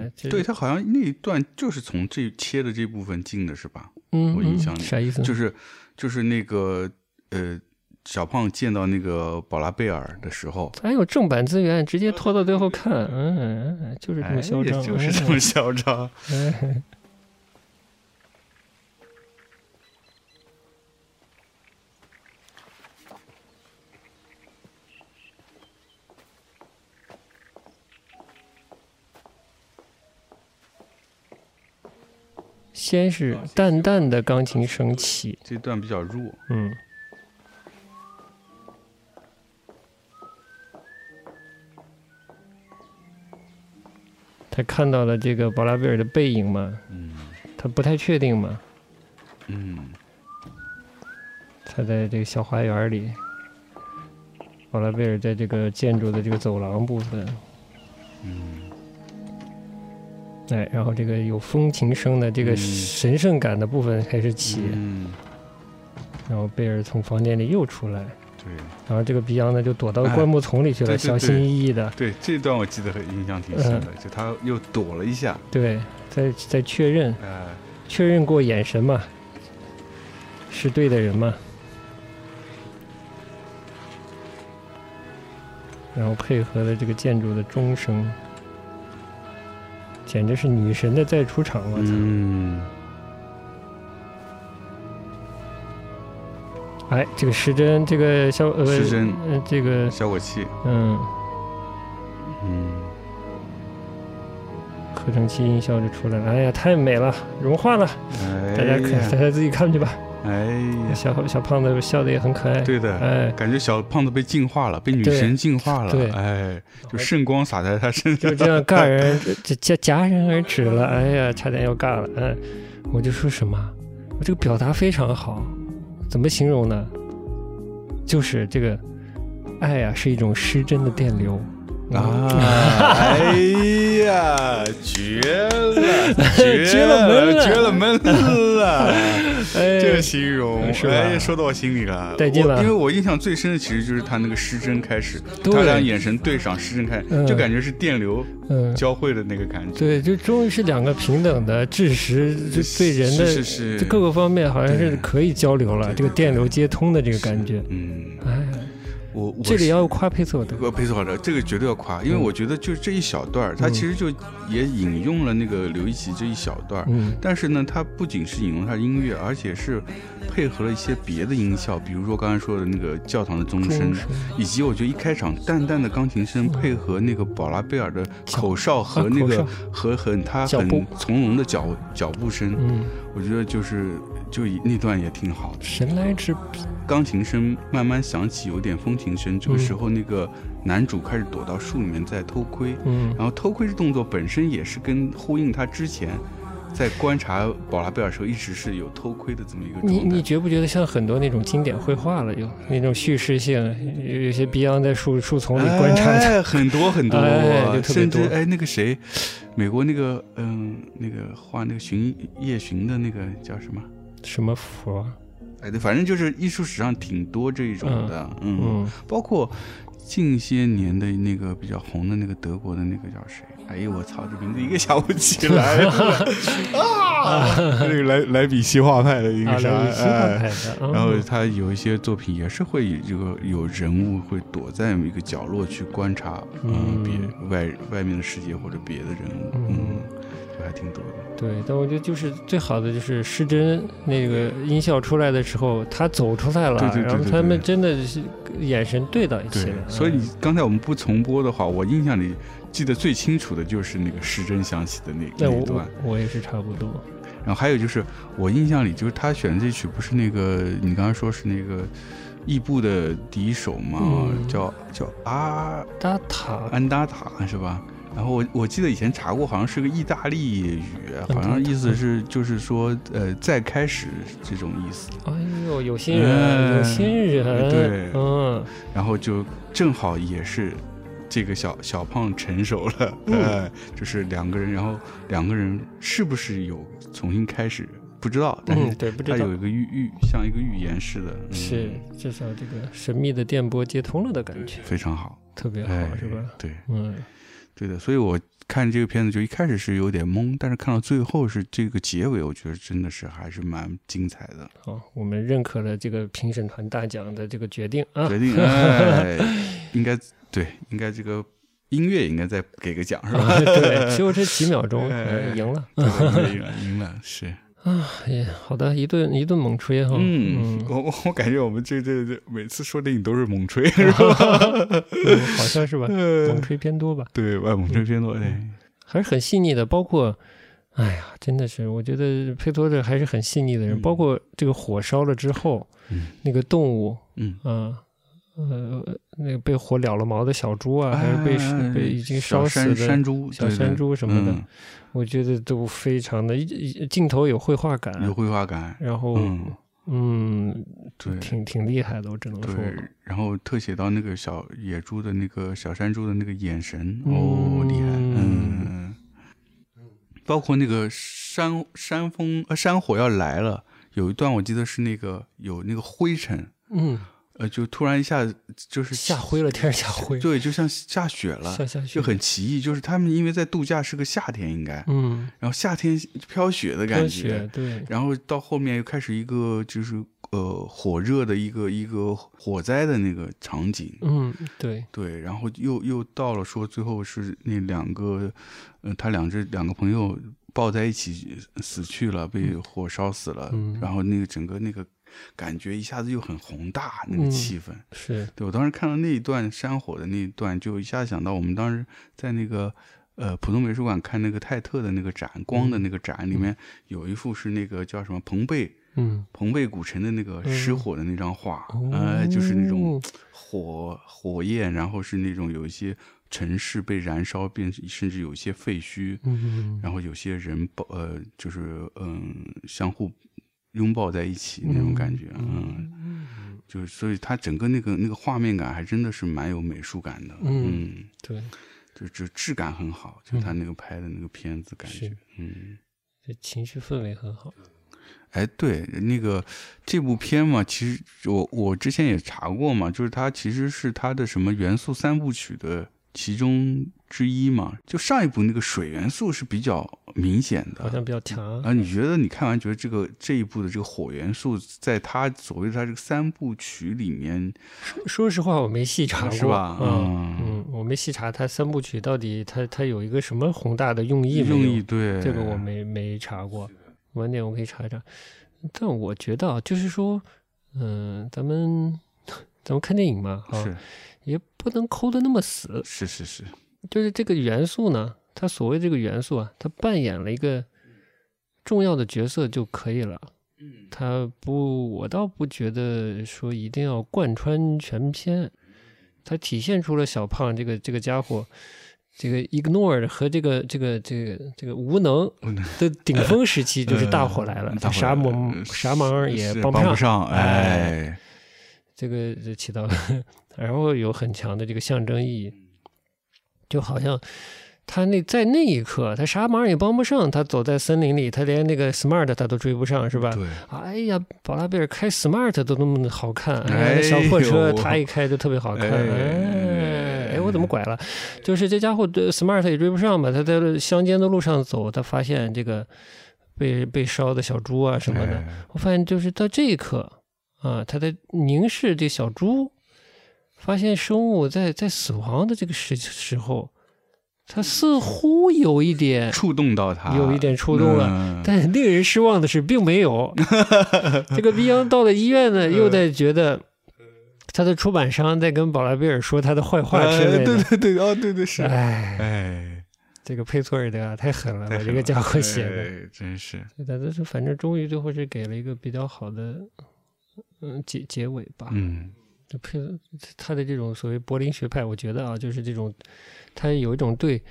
Speaker 3: 哎，这
Speaker 2: 对，他好像那一段就是从这切的这部分进的是吧？
Speaker 3: 嗯，
Speaker 2: 我印
Speaker 3: 嗯
Speaker 2: 象里
Speaker 3: 啥意思？
Speaker 2: 就是就是那个呃，小胖见到那个宝拉贝尔的时候，
Speaker 3: 咱有哎正版资源，直接拖到
Speaker 2: *laughs*
Speaker 3: 最后看，嗯，哎就是这么嚣张，
Speaker 2: 哎、就是这
Speaker 3: 嗯
Speaker 2: 么嚣张。
Speaker 3: 先是淡淡的钢琴声起，
Speaker 2: 这段比较弱，
Speaker 3: 嗯，它才看到了这个保拉贝尔的背影嘛，
Speaker 2: 嗯
Speaker 3: 他不太确定嘛，
Speaker 2: 嗯
Speaker 3: 他在这个小花园里，保拉贝尔在这个建筑的这个走廊部分，
Speaker 2: 嗯
Speaker 3: 哎，然后这个有风琴声的这个
Speaker 2: 嗯
Speaker 3: 神圣感的部分开始起，
Speaker 2: 嗯，
Speaker 3: 然后贝尔从房间里又出来，
Speaker 2: 对
Speaker 3: 然后这个比昂呢就躲到
Speaker 2: 哎
Speaker 3: 灌木丛里去了，
Speaker 2: 对对
Speaker 3: 小心
Speaker 2: 对
Speaker 3: 翼翼的，
Speaker 2: 对，这段我记得很印象挺深
Speaker 3: 嗯
Speaker 2: 的，就他又躲了一下，
Speaker 3: 对，在在确认
Speaker 2: 呃，
Speaker 3: 确认过眼神嘛，是对的人嘛，然后配合了这个建筑的钟声，简直是女神的再出场！我啊操！
Speaker 2: 嗯
Speaker 3: 哎，这个时针，这个消呃，
Speaker 2: 时针
Speaker 3: 呃，这个
Speaker 2: 效果器，
Speaker 3: 嗯，
Speaker 2: 嗯
Speaker 3: 合成器音效就出来了。哎呀，太美了，融化了！
Speaker 2: 哎，
Speaker 3: 大家看，大，家自己看去吧。
Speaker 2: 哎呀，
Speaker 3: 小小胖子笑的也很可爱。
Speaker 2: 对的，
Speaker 3: 哎，
Speaker 2: 感觉小胖子被净化了，被女
Speaker 3: 对
Speaker 2: 神净化
Speaker 3: 对
Speaker 2: 了，哎，就圣光洒在他
Speaker 3: *laughs*
Speaker 2: 身
Speaker 3: 就
Speaker 2: 上，
Speaker 3: 这样戛然，这戛戛然而止了。哎呀，差点要尬了。哎，我就说什么，我这个表达非常好，怎么形容呢？就是这个爱呀、是一种失真的电流。嗯
Speaker 2: 啊！哎呀，绝了，
Speaker 3: *laughs* 绝了门了
Speaker 2: 绝了门了！
Speaker 3: 哎，
Speaker 2: 这个形容，
Speaker 3: 是吧
Speaker 2: 哎，说到我心里了。
Speaker 3: 带劲
Speaker 2: 我
Speaker 3: 吧
Speaker 2: 因为我印象最深的其实就是他那个失真开始，
Speaker 3: 对
Speaker 2: 他俩眼神对上，失真开
Speaker 3: 嗯，
Speaker 2: 就感觉是电流
Speaker 3: 嗯，
Speaker 2: 交汇的那个感觉。
Speaker 3: 对，就终于是两个平等的知识，就是对人的
Speaker 2: 是是
Speaker 3: 就是各个方面好像是
Speaker 2: 对
Speaker 3: 可以交流了，
Speaker 2: 对
Speaker 3: 这个电流接通的这个感觉。
Speaker 2: 嗯，
Speaker 3: 哎呀，
Speaker 2: 我我
Speaker 3: 这里
Speaker 2: 是
Speaker 3: 要夸佩索德，
Speaker 2: 呃，佩斯好的，这个绝对要夸，因为
Speaker 3: 嗯
Speaker 2: 我觉得就是这一小段儿，他
Speaker 3: 嗯
Speaker 2: 其实就也引用了那个刘一奇这一小段儿，
Speaker 3: 嗯，
Speaker 2: 但是呢，它不仅是引用它的音乐，而且是配合了一些别的音效，比如说刚才说的那个教堂的钟声
Speaker 3: 钟，声
Speaker 2: 以及我觉得一开场淡淡的钢琴声配合那个宝拉贝尔的口哨和那
Speaker 3: 啊
Speaker 2: 个
Speaker 3: 口
Speaker 2: 和很他
Speaker 3: 脚
Speaker 2: 很
Speaker 3: 步
Speaker 2: 从容的脚脚步声，
Speaker 3: 嗯，
Speaker 2: 我觉得就是就那段也挺好的。
Speaker 3: 神来之笔，
Speaker 2: 钢琴声慢慢响起，有点风琴声。这个时候，那个男主开始躲到树里面在偷窥，
Speaker 3: 嗯
Speaker 2: 然后偷窥这动作本身也是跟呼应他之前在观察宝拉贝尔的时候一直是有偷窥的这么一个
Speaker 3: 你
Speaker 2: 状
Speaker 3: 你
Speaker 2: 态。
Speaker 3: 觉不觉得像很多那种经典绘画了，有那种叙事性，有有些 Beyond 在树树丛里观察的，
Speaker 2: 哎、很多很多，
Speaker 3: 哎就特别
Speaker 2: 甚
Speaker 3: 多
Speaker 2: 至哎，那个谁，美国那个嗯，那个画那个巡夜巡的那个叫什么？
Speaker 3: 什么佛啊，
Speaker 2: 哎，对，反正就是艺术史上挺多这种的，
Speaker 3: 嗯，
Speaker 2: 包括近些年的那个比较红的那个德国的那个叫谁？哎呦我操，这名字一个想不起来了
Speaker 3: *laughs*
Speaker 2: 啊！那个莱莱比锡画派的一
Speaker 3: 阿
Speaker 2: 个啥？
Speaker 3: 拉西画
Speaker 2: 嗯哎
Speaker 3: 派的，嗯
Speaker 2: 然后他有一些作品也是会有这个有人物会躲在一个角落去观察，嗯，
Speaker 3: 嗯
Speaker 2: 别外外面的世界或者别的人物，
Speaker 3: 嗯
Speaker 2: 嗯，就还挺多的。
Speaker 3: 对，但我觉得就是最好的就是失真那个音效出来的时候，他走出来了，
Speaker 2: 对对对
Speaker 3: 然
Speaker 2: 对
Speaker 3: 后他
Speaker 2: 对
Speaker 3: 们真的是眼神对到一起了，
Speaker 2: 所以你刚才我们不重播的话，我印象里记得最清楚的就是那个时针响起的那
Speaker 3: 那
Speaker 2: 那
Speaker 3: 我
Speaker 2: 一段。
Speaker 3: 我我也是差不多，
Speaker 2: 然后还有就是，我印象里就是他选的这曲不是那个你刚才说是那个异步的第一首嘛，
Speaker 3: 嗯
Speaker 2: 叫叫阿
Speaker 3: 达塔
Speaker 2: 安达塔是吧？然后我我记得以前查过，好像是个意大利语，好像意思是就是说呃再开始这种意思。
Speaker 3: 哎呦，有心人，
Speaker 2: 哎
Speaker 3: 有心人，
Speaker 2: 对
Speaker 3: 嗯，
Speaker 2: 然后就正好也是这个小小胖成熟了， *laughs*
Speaker 3: 嗯
Speaker 2: 呃，就是两个人，然后两个人是不是有重新开始不知道，但是
Speaker 3: 嗯，对，不知
Speaker 2: 它
Speaker 3: 道
Speaker 2: 哎有一个预预，像一个预言似的，嗯、
Speaker 3: 是至少这个神秘的电波接通了的感觉，
Speaker 2: 非常好，
Speaker 3: 特别好，
Speaker 2: 哎，
Speaker 3: 是吧？？
Speaker 2: 对，
Speaker 3: 嗯，
Speaker 2: 对的。所以我看这个片子就一开始是有点懵，但是看到最后是这个结尾，我觉得真的是还是蛮精彩的。
Speaker 3: 好，我们认可了这个评审团大奖的这个决定啊，
Speaker 2: 决
Speaker 3: *laughs*
Speaker 2: 定，哎，应该对，应该这个音乐应该再给个奖是
Speaker 3: *laughs*
Speaker 2: 吧？
Speaker 3: 对，只有这几秒
Speaker 2: *laughs*
Speaker 3: 钟，
Speaker 2: 哎
Speaker 3: 呃赢了。
Speaker 2: 对对赢了，赢了，
Speaker 3: *laughs*
Speaker 2: 是。
Speaker 3: 哎，好的，一顿一顿猛吹哈。
Speaker 2: 嗯，我我我感觉我们这这这每次说电影都是猛吹，是吧？
Speaker 3: *laughs* 嗯好像是吧，猛吹偏多吧，
Speaker 2: 对，外猛吹偏多，哎，
Speaker 3: 还是很细腻的。包括，哎呀，真的是，我觉得佩托特还是很细腻的人。
Speaker 2: 嗯
Speaker 3: 包括这个火烧了之后，
Speaker 2: 嗯
Speaker 3: 那个动物
Speaker 2: 嗯
Speaker 3: 啊、呃，那个被火燎了毛的小猪啊，还是被是
Speaker 2: 哎
Speaker 3: 被已经
Speaker 2: 小
Speaker 3: 烧死
Speaker 2: 山
Speaker 3: 的
Speaker 2: 山猪、
Speaker 3: 小
Speaker 2: 对
Speaker 3: 山
Speaker 2: 对
Speaker 3: 猪什么的，
Speaker 2: 嗯
Speaker 3: 我觉得都非常的镜头有绘画感，
Speaker 2: 有绘画感，
Speaker 3: 然后
Speaker 2: 嗯，
Speaker 3: 嗯，
Speaker 2: 对
Speaker 3: 挺挺厉害的，我只能说，
Speaker 2: 对，然后特写到那个小野猪的那个小山猪的那个眼神，
Speaker 3: 嗯
Speaker 2: 哦，厉害，嗯，包括那个山山风呃山火要来了，有一段我记得是那个有那个灰尘，
Speaker 3: 嗯，
Speaker 2: 呃，就突然一下子就是
Speaker 3: 下灰了，天上下灰，
Speaker 2: 对，就像下雪了，
Speaker 3: 像下雪
Speaker 2: 就很奇异，就是他们因为在度假是个夏天应该，
Speaker 3: 嗯，
Speaker 2: 然后夏天飘雪的感
Speaker 3: 科
Speaker 2: 觉，
Speaker 3: 学对，
Speaker 2: 然后到后面又开始一个就是呃火热的一个一个火灾的那个场景，
Speaker 3: 嗯对，
Speaker 2: 对，然后又又到了说最后是那两个，呃，他两只两个朋友抱在一起死去了，被火烧死了，
Speaker 3: 嗯
Speaker 2: 然后那个整个那个感觉一下子又很宏大，那个
Speaker 3: 嗯
Speaker 2: 气氛。
Speaker 3: 是，
Speaker 2: 对我当时看到那一段山火的那一段，就一下想到我们当时在那个呃浦东美术馆看那个泰特的那个展，光的那个展里面有一幅是那个叫什么彭贝
Speaker 3: 嗯，
Speaker 2: 彭贝古城的那个失
Speaker 3: 嗯
Speaker 2: 火的那张画，
Speaker 3: 哦
Speaker 2: 呃，就是那种火火焰，然后是那种有一些城市被燃烧，变甚至有一些废墟，
Speaker 3: 嗯，
Speaker 2: 然后有些人抱呃就是嗯相互拥抱在一起那种感觉，嗯
Speaker 3: 嗯，
Speaker 2: 就是，所以它整个那个那个画面感还真的是蛮有美术感的，
Speaker 3: 嗯
Speaker 2: 嗯，
Speaker 3: 对，
Speaker 2: 就就质感很好，就他那个拍的那个片子感觉
Speaker 3: 是，
Speaker 2: 嗯，
Speaker 3: 这情绪氛围很好，
Speaker 2: 哎，对，那个这部片嘛，其实我我之前也查过嘛，就是它其实是它的什么元素三部曲的其中之一嘛，就上一部那个水元素是比较明显的，
Speaker 3: 好像比较强，
Speaker 2: 啊，你觉得你看完觉得这个这一部的这个火元素，在它所谓的它这个三部曲里面，
Speaker 3: 说说实话，我没细查过，
Speaker 2: 是吧
Speaker 3: 嗯
Speaker 2: 嗯
Speaker 3: 嗯，我没细查它三部曲到底它它有一个什么宏大的用意没
Speaker 2: 用
Speaker 3: 有
Speaker 2: 意对
Speaker 3: 这个我没没查过，晚点我可以查一查。但我觉得啊，就是说，嗯、咱们 *laughs* 咱们看电影嘛，啊，
Speaker 2: 是
Speaker 3: 也不能抠的那么死。
Speaker 2: 是是是，
Speaker 3: 就是这个元素呢，它所谓这个元素啊，它扮演了一个重要的角色就可以了。
Speaker 2: 嗯，
Speaker 3: 它不，我倒不觉得说一定要贯穿全篇。它体现出了小胖这个这个家伙，这个 ignored 和这个这个这个这个无能的顶峰时期，就是大火来了，
Speaker 2: 大火
Speaker 3: 啥
Speaker 2: 来
Speaker 3: 忙
Speaker 2: 了
Speaker 3: 啥忙也
Speaker 2: 是
Speaker 3: 帮
Speaker 2: 不
Speaker 3: 上，
Speaker 2: 上，
Speaker 3: 哎
Speaker 2: 哎，
Speaker 3: 这个就起到了，然后有很强的这个象征意义，
Speaker 2: 嗯
Speaker 3: 就好像他那在那一刻，他啥忙也帮不上，他走在森林里，他连那个 smart 他都追不上，是吧？
Speaker 2: 对，
Speaker 3: 哎呀，宝拉贝尔开 smart 都那么好看，
Speaker 2: 哎
Speaker 3: 哎呀，那小破车
Speaker 2: 呦
Speaker 3: 他一开就特别好看，
Speaker 2: 哎
Speaker 3: 哎，哎，我怎么拐了？就是这家伙对 smart 也追不上嘛，他在乡间的路上走，他发现这个被被烧的小猪啊什么的，
Speaker 2: 哎
Speaker 3: 我发现就是到这一刻啊，他在凝视这小猪，发现生物在在死亡的这个时时候，他似乎有一点，
Speaker 2: 触动到他，
Speaker 3: 有一点触动了
Speaker 2: 嗯
Speaker 3: 但令人失望的是，并没
Speaker 2: *laughs*
Speaker 3: 有。这个 Beyond 到了医院呢，又在觉
Speaker 2: 嗯
Speaker 3: 得他的出版商在跟宝拉贝尔说他的坏话之
Speaker 2: 哎
Speaker 3: 类
Speaker 2: 对
Speaker 3: 的。
Speaker 2: 对对，哦，对对是，
Speaker 3: 哎，
Speaker 2: 哎，
Speaker 3: 这个佩索尔德啊，太狠了，
Speaker 2: 太
Speaker 3: 把这
Speaker 2: 狠
Speaker 3: 个
Speaker 2: 了
Speaker 3: 家伙写的。
Speaker 2: 哎真是，
Speaker 3: 但是反正终于最后是给了一个比较好的，嗯结结尾吧。
Speaker 2: 嗯，
Speaker 3: 就佩他的这种所谓柏林学派，我觉得啊，就是这种他有一种对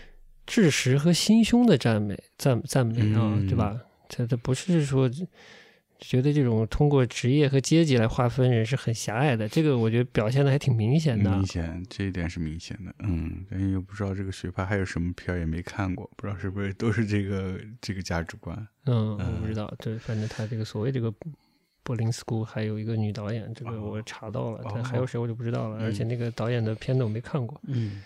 Speaker 3: 知识和心胸的赞美，赞赞美啊，
Speaker 2: 嗯
Speaker 3: 对吧？他他不是说觉得这种通过职业和阶级来划分人是很狭隘的，这个我觉得表现的还挺明显的啊
Speaker 2: 明。显这一点是明显的，嗯，但又不知道这个学派还有什么片儿也没看过，不知道是不是都是这个这个价值观，
Speaker 3: 嗯，
Speaker 2: 嗯
Speaker 3: 我不知道，对，反正他这个所谓这个柏林 school 还有一个女导演，这个
Speaker 2: 哦
Speaker 3: 我查到了，但
Speaker 2: 哦
Speaker 3: 还有谁我就不知道了。而且
Speaker 2: 嗯
Speaker 3: 那个导演的片子我没看过。
Speaker 2: 嗯，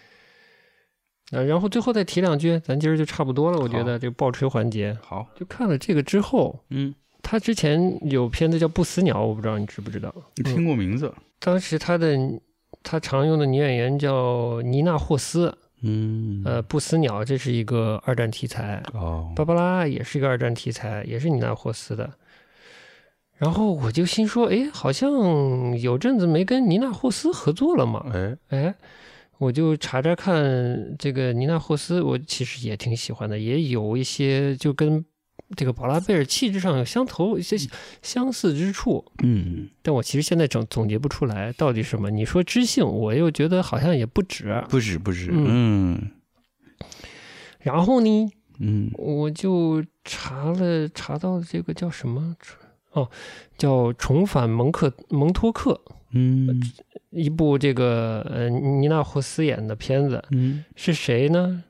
Speaker 3: 啊，然后最后再提两句，咱今儿就差不多了。我觉
Speaker 2: 好
Speaker 3: 得这个爆吹环节，
Speaker 2: 好，
Speaker 3: 就看了这个之后，
Speaker 2: 嗯，
Speaker 3: 他之前有片子叫《不死鸟》，我不知道你知不知道。
Speaker 2: 你听过名字，
Speaker 3: 当时他的他常用的女演员叫妮娜霍斯，
Speaker 2: 嗯
Speaker 3: 呃，《不死鸟》这是一个二战题材，
Speaker 2: 哦
Speaker 3: 《芭芭拉》也是一个二战题材，也是妮娜霍斯的。然后我就心说，哎，好像有阵子没跟妮娜霍斯合作了嘛，
Speaker 2: 哎，
Speaker 3: 哎，我就查查看这个妮娜霍斯，我其实也挺喜欢的，也有一些就跟这个宝拉贝尔气质上有相投一些相似之处，
Speaker 2: 嗯，
Speaker 3: 但我其实现在总总结不出来到底是什么。你说知性，我又觉得好像也不止。
Speaker 2: 不止不止，嗯
Speaker 3: 嗯然后呢，
Speaker 2: 嗯
Speaker 3: 我就查了查到这个叫什么哦，叫《重返蒙克蒙托克》
Speaker 2: 嗯
Speaker 3: 一部这个呃尼纳霍斯演的片子，
Speaker 2: 嗯
Speaker 3: 是谁呢？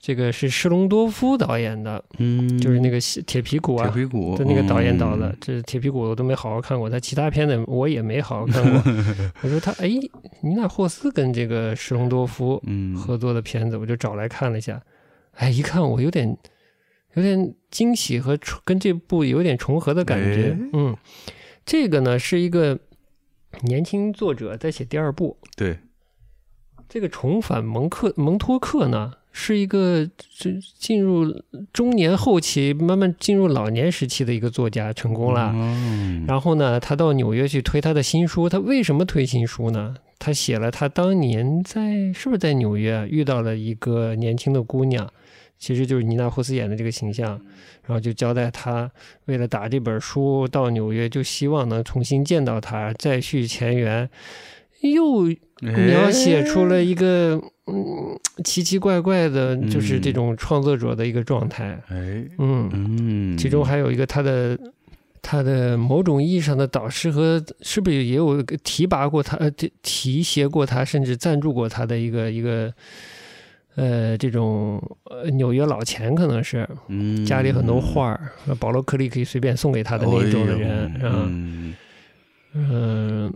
Speaker 3: 这个是施隆多夫导演的，
Speaker 2: 嗯，
Speaker 3: 就是那个西铁皮鼓
Speaker 2: 铁
Speaker 3: 啊。
Speaker 2: 皮鼓
Speaker 3: 的那个导演导的
Speaker 2: 嗯，
Speaker 3: 这铁皮鼓我都没好好看过，他其他片子我也没好好看
Speaker 2: *laughs*
Speaker 3: 过。我说他哎，尼纳霍斯跟这个施隆多夫
Speaker 2: 嗯，
Speaker 3: 合作的片子，我就找来看了一下。哎，一看我有点有点惊喜和重跟这部有点重合的感觉
Speaker 2: 哎。
Speaker 3: 嗯，这个呢是一个年轻作者在写第二部。
Speaker 2: 对，
Speaker 3: 这个重返蒙克蒙托克呢，是一个这进入中年后期，慢慢进入老年时期的一个作家，成功了。
Speaker 2: 哦
Speaker 3: 然后呢，他到纽约去推他的新书。他为什么推新书呢？他写了他当年在是不是在纽约啊遇到了一个年轻的姑娘，其实就是尼娜霍斯演的这个形象，然后就交代他为了打这本书到纽约，就希望能重新见到她，再续前缘。又
Speaker 2: 哎
Speaker 3: 描写出了一个嗯奇奇怪怪的，就是这种创作者的一个状态。
Speaker 2: 哎，
Speaker 3: 嗯，
Speaker 2: 嗯，
Speaker 3: 其中还有一个他的他的某种意义上的导师和是不是也有个提拔过他呃提提携过他，甚至赞助过他的一个一个呃这种呃纽约老钱可能是
Speaker 2: 嗯
Speaker 3: 家里很多画儿，那保罗克利可以随便送给他的那一种的人
Speaker 2: 哎呦
Speaker 3: 啊。
Speaker 2: 嗯
Speaker 3: 嗯，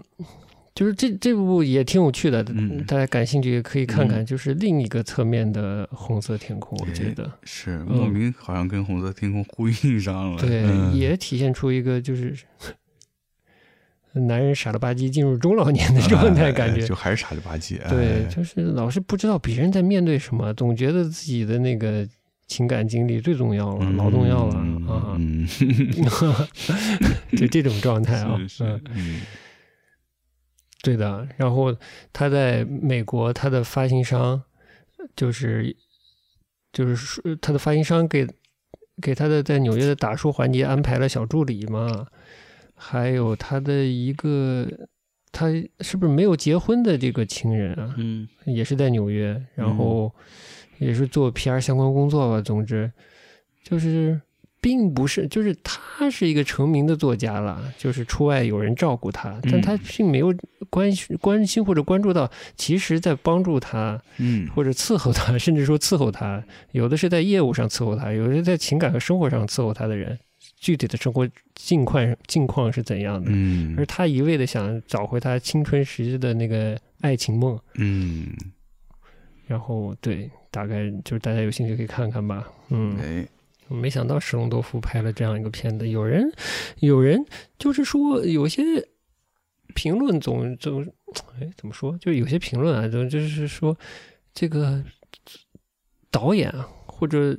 Speaker 3: 就是这这部也挺有趣的，
Speaker 2: 嗯
Speaker 3: 大家感兴趣也可以看看，就是另一个侧面的红色天空，我觉得、
Speaker 2: 是莫名好像跟红色天空呼应上了，
Speaker 3: 嗯对、
Speaker 2: 嗯
Speaker 3: 也体现出一个就是 *laughs* 男人傻了吧唧进入中老年的状态，感觉、
Speaker 2: 哎就还是傻里吧唧，哎
Speaker 3: 对，就是老是不知道别人在面对什么，总觉得自己的那个情感经历最重要了，
Speaker 2: 嗯
Speaker 3: 老重要了、
Speaker 2: 嗯
Speaker 3: 啊，
Speaker 2: 嗯，
Speaker 3: *laughs* 就这种 *laughs* 状态啊，
Speaker 2: 是是，
Speaker 3: 嗯
Speaker 2: 嗯
Speaker 3: 对的，然后他在美国，他的发行商就是就是说他的发行商给给他的在纽约的打书环节安排了小助理嘛，还有他的一个他是不是没有结婚的这个情人啊，
Speaker 2: 嗯
Speaker 3: 也是在纽约，然后也是做 PR 相关工作吧。总之，就是并不是，就是他是一个成名的作家了，就是出外有人照顾他，但他并没有关心关心或者关注到，其实在帮助他
Speaker 2: 嗯
Speaker 3: 或者伺候他，甚至说伺候他，有的是在业务上伺候他，有的是在情感和生活上伺候他的人，具体的生活境况境况是怎样的？
Speaker 2: 嗯
Speaker 3: 而他一味的想找回他青春时的那个爱情梦，
Speaker 2: 嗯，
Speaker 3: 然后对，大概就是大家有兴趣可以看看吧。嗯，
Speaker 2: 哎，
Speaker 3: 我没想到史隆多夫拍了这样一个片子，有人有人就是说有些评论总总哎怎么说，就是有些评论啊，就就是说这个导演啊或者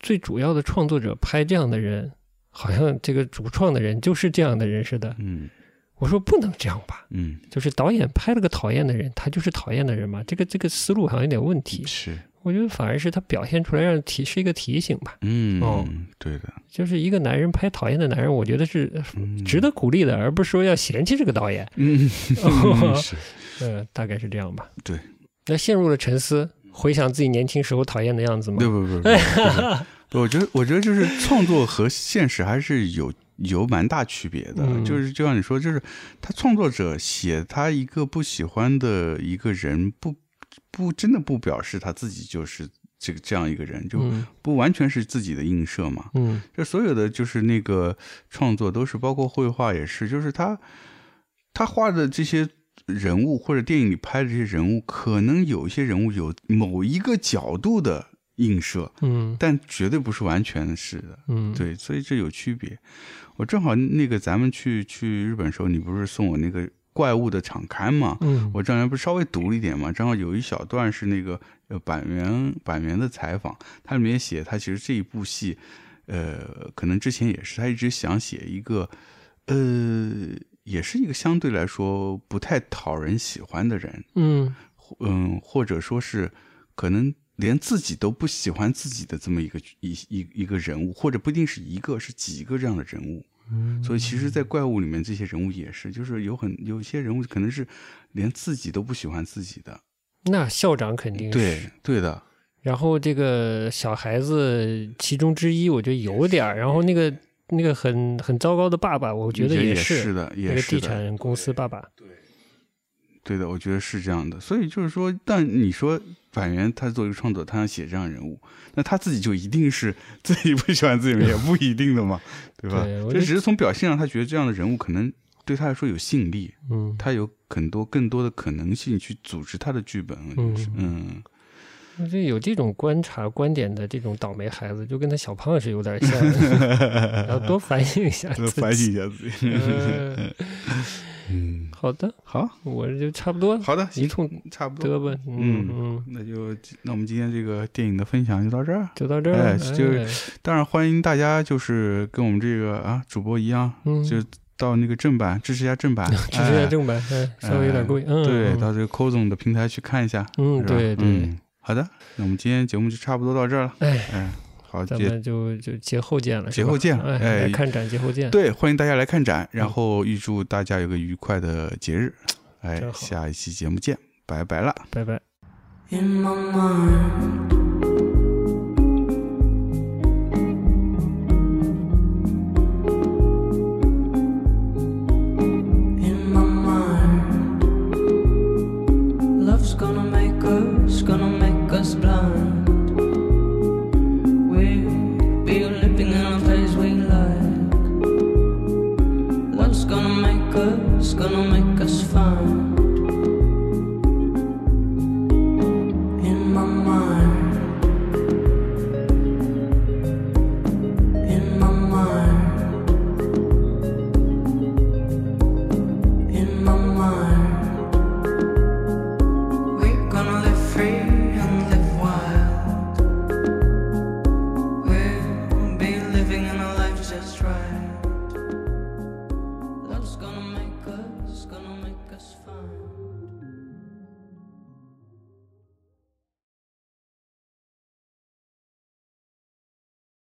Speaker 3: 最主要的创作者拍这样的人，好像这个主创的人就是这样的人似的。
Speaker 2: 嗯
Speaker 3: 我说不能这样吧，
Speaker 2: 嗯
Speaker 3: 就是导演拍了个讨厌的人，他就是讨厌的人嘛，这个这个思路好像有点问题。
Speaker 2: 是，
Speaker 3: 我觉得反而是他表现出来让提是一个提醒吧，
Speaker 2: 嗯
Speaker 3: 哦
Speaker 2: 对的，
Speaker 3: 就是一个男人拍讨厌的男人，我觉得是
Speaker 2: 嗯
Speaker 3: 值，得鼓励的，而不是说要嫌弃这个导演。
Speaker 2: 嗯是，
Speaker 3: 呃，大概是这样吧。
Speaker 2: 对，
Speaker 3: 那陷入了沉思，回想自己年轻时候讨厌的样子
Speaker 2: 对
Speaker 3: 吗？
Speaker 2: 不不不，
Speaker 3: *laughs*
Speaker 2: 不我觉得我觉得就是创作和现实还是有有蛮大区别的，
Speaker 3: 嗯
Speaker 2: 就是就像你说，就是他创作者写他一个不喜欢的一个人，不不真的不表示他自己就是这个这样一个人，就
Speaker 3: 嗯
Speaker 2: 不完全是自己的映射嘛。
Speaker 3: 嗯
Speaker 2: 这所有的就是那个创作都是，包括绘画也是，就是他他画的这些人物或者电影里拍的这些人物，可能有一些人物有某一个角度的映射，
Speaker 3: 嗯
Speaker 2: 但绝对不是完全是的。
Speaker 3: 嗯，，
Speaker 2: 对，所以这有区别。我正好那个咱们去去日本的时候，你不是送我那个怪物的场刊嘛？
Speaker 3: 嗯
Speaker 2: 我这两天不是稍微读了一点嘛，正好有一小段是那个呃板垣板垣的采访，他里面写他其实这一部戏，呃，可能之前也是他一直想写一个，呃，也是一个相对来说不太讨人喜欢的人，
Speaker 3: 嗯
Speaker 2: 嗯，或者说是可能连自己都不喜欢自己的这么一个一一一个人物，或者不一定是一个，是几个这样的人物。所以其实，在怪物里面，这些人物也是，就是有很有些人物可能是连自己都不喜欢自己的。
Speaker 3: 那校长肯定是。
Speaker 2: 对，对的，
Speaker 3: 然后这个小孩子其中之一，我觉得有点儿。然后那个那个很很糟糕的爸爸，我觉得
Speaker 2: 也
Speaker 3: 是
Speaker 2: 是的，
Speaker 3: 那
Speaker 2: 也
Speaker 3: 个
Speaker 2: 是
Speaker 3: 地
Speaker 2: 的。
Speaker 3: 产公司爸爸。
Speaker 2: 对的，我觉得是这样的。所以就是说，但你说板垣他作为一个创作者，他想写这样的人物，那他自己就一定是 *laughs* 自己不喜欢自己吗？也不一定的嘛，对吧？
Speaker 3: 对我
Speaker 2: 这
Speaker 3: 觉得
Speaker 2: 只是从表现上，他觉得这样的人物可能对他来说有吸引力，
Speaker 3: 嗯，
Speaker 2: 他有很多更多的可能性去组织他的剧本。我觉得是，
Speaker 3: *laughs*
Speaker 2: 嗯，
Speaker 3: 我觉得有这种观察观点的这种倒霉孩子，就跟他小胖是有点像
Speaker 2: *laughs*
Speaker 3: 的，要多反省一下自
Speaker 2: 多
Speaker 3: 己。
Speaker 2: 反省一下自己。 *laughs*
Speaker 3: 嗯，
Speaker 2: 嗯，
Speaker 3: 好的，
Speaker 2: 好，
Speaker 3: 我就差不多
Speaker 2: 好的，
Speaker 3: 一
Speaker 2: 行，
Speaker 3: 通
Speaker 2: 差不多，
Speaker 3: 嘚吧。
Speaker 2: 嗯
Speaker 3: 嗯，
Speaker 2: 那就那我们今天这个电影的分享就到这儿。
Speaker 3: 就到这儿
Speaker 2: 哎
Speaker 3: 了。
Speaker 2: 就是当然，欢迎大家就是跟我们这个啊主播一样，
Speaker 3: 嗯
Speaker 2: 就到那个正版支持一下正版，
Speaker 3: *laughs* 支持一下
Speaker 2: 哎
Speaker 3: 正版，哎稍微有点贵。嗯，
Speaker 2: 对，
Speaker 3: 嗯
Speaker 2: 到这个 c o z o n 的平台去看一下。
Speaker 3: 嗯
Speaker 2: 是吧
Speaker 3: 对对，
Speaker 2: 嗯好的，那我们今天节目就差不多到这儿了。
Speaker 3: 哎，
Speaker 2: 嗯，好，
Speaker 3: 咱
Speaker 2: 节
Speaker 3: 们就就节后见了，是
Speaker 2: 节
Speaker 3: 吧
Speaker 2: 后见
Speaker 3: 哎，来
Speaker 2: 哎
Speaker 3: 看展节后见。
Speaker 2: 对，欢迎大家来看
Speaker 3: 嗯
Speaker 2: 展，然后预祝大家有个愉快的节日。哎
Speaker 3: 真，好
Speaker 2: 下一期节目见，拜拜了。
Speaker 3: 拜拜。
Speaker 1: In my mind,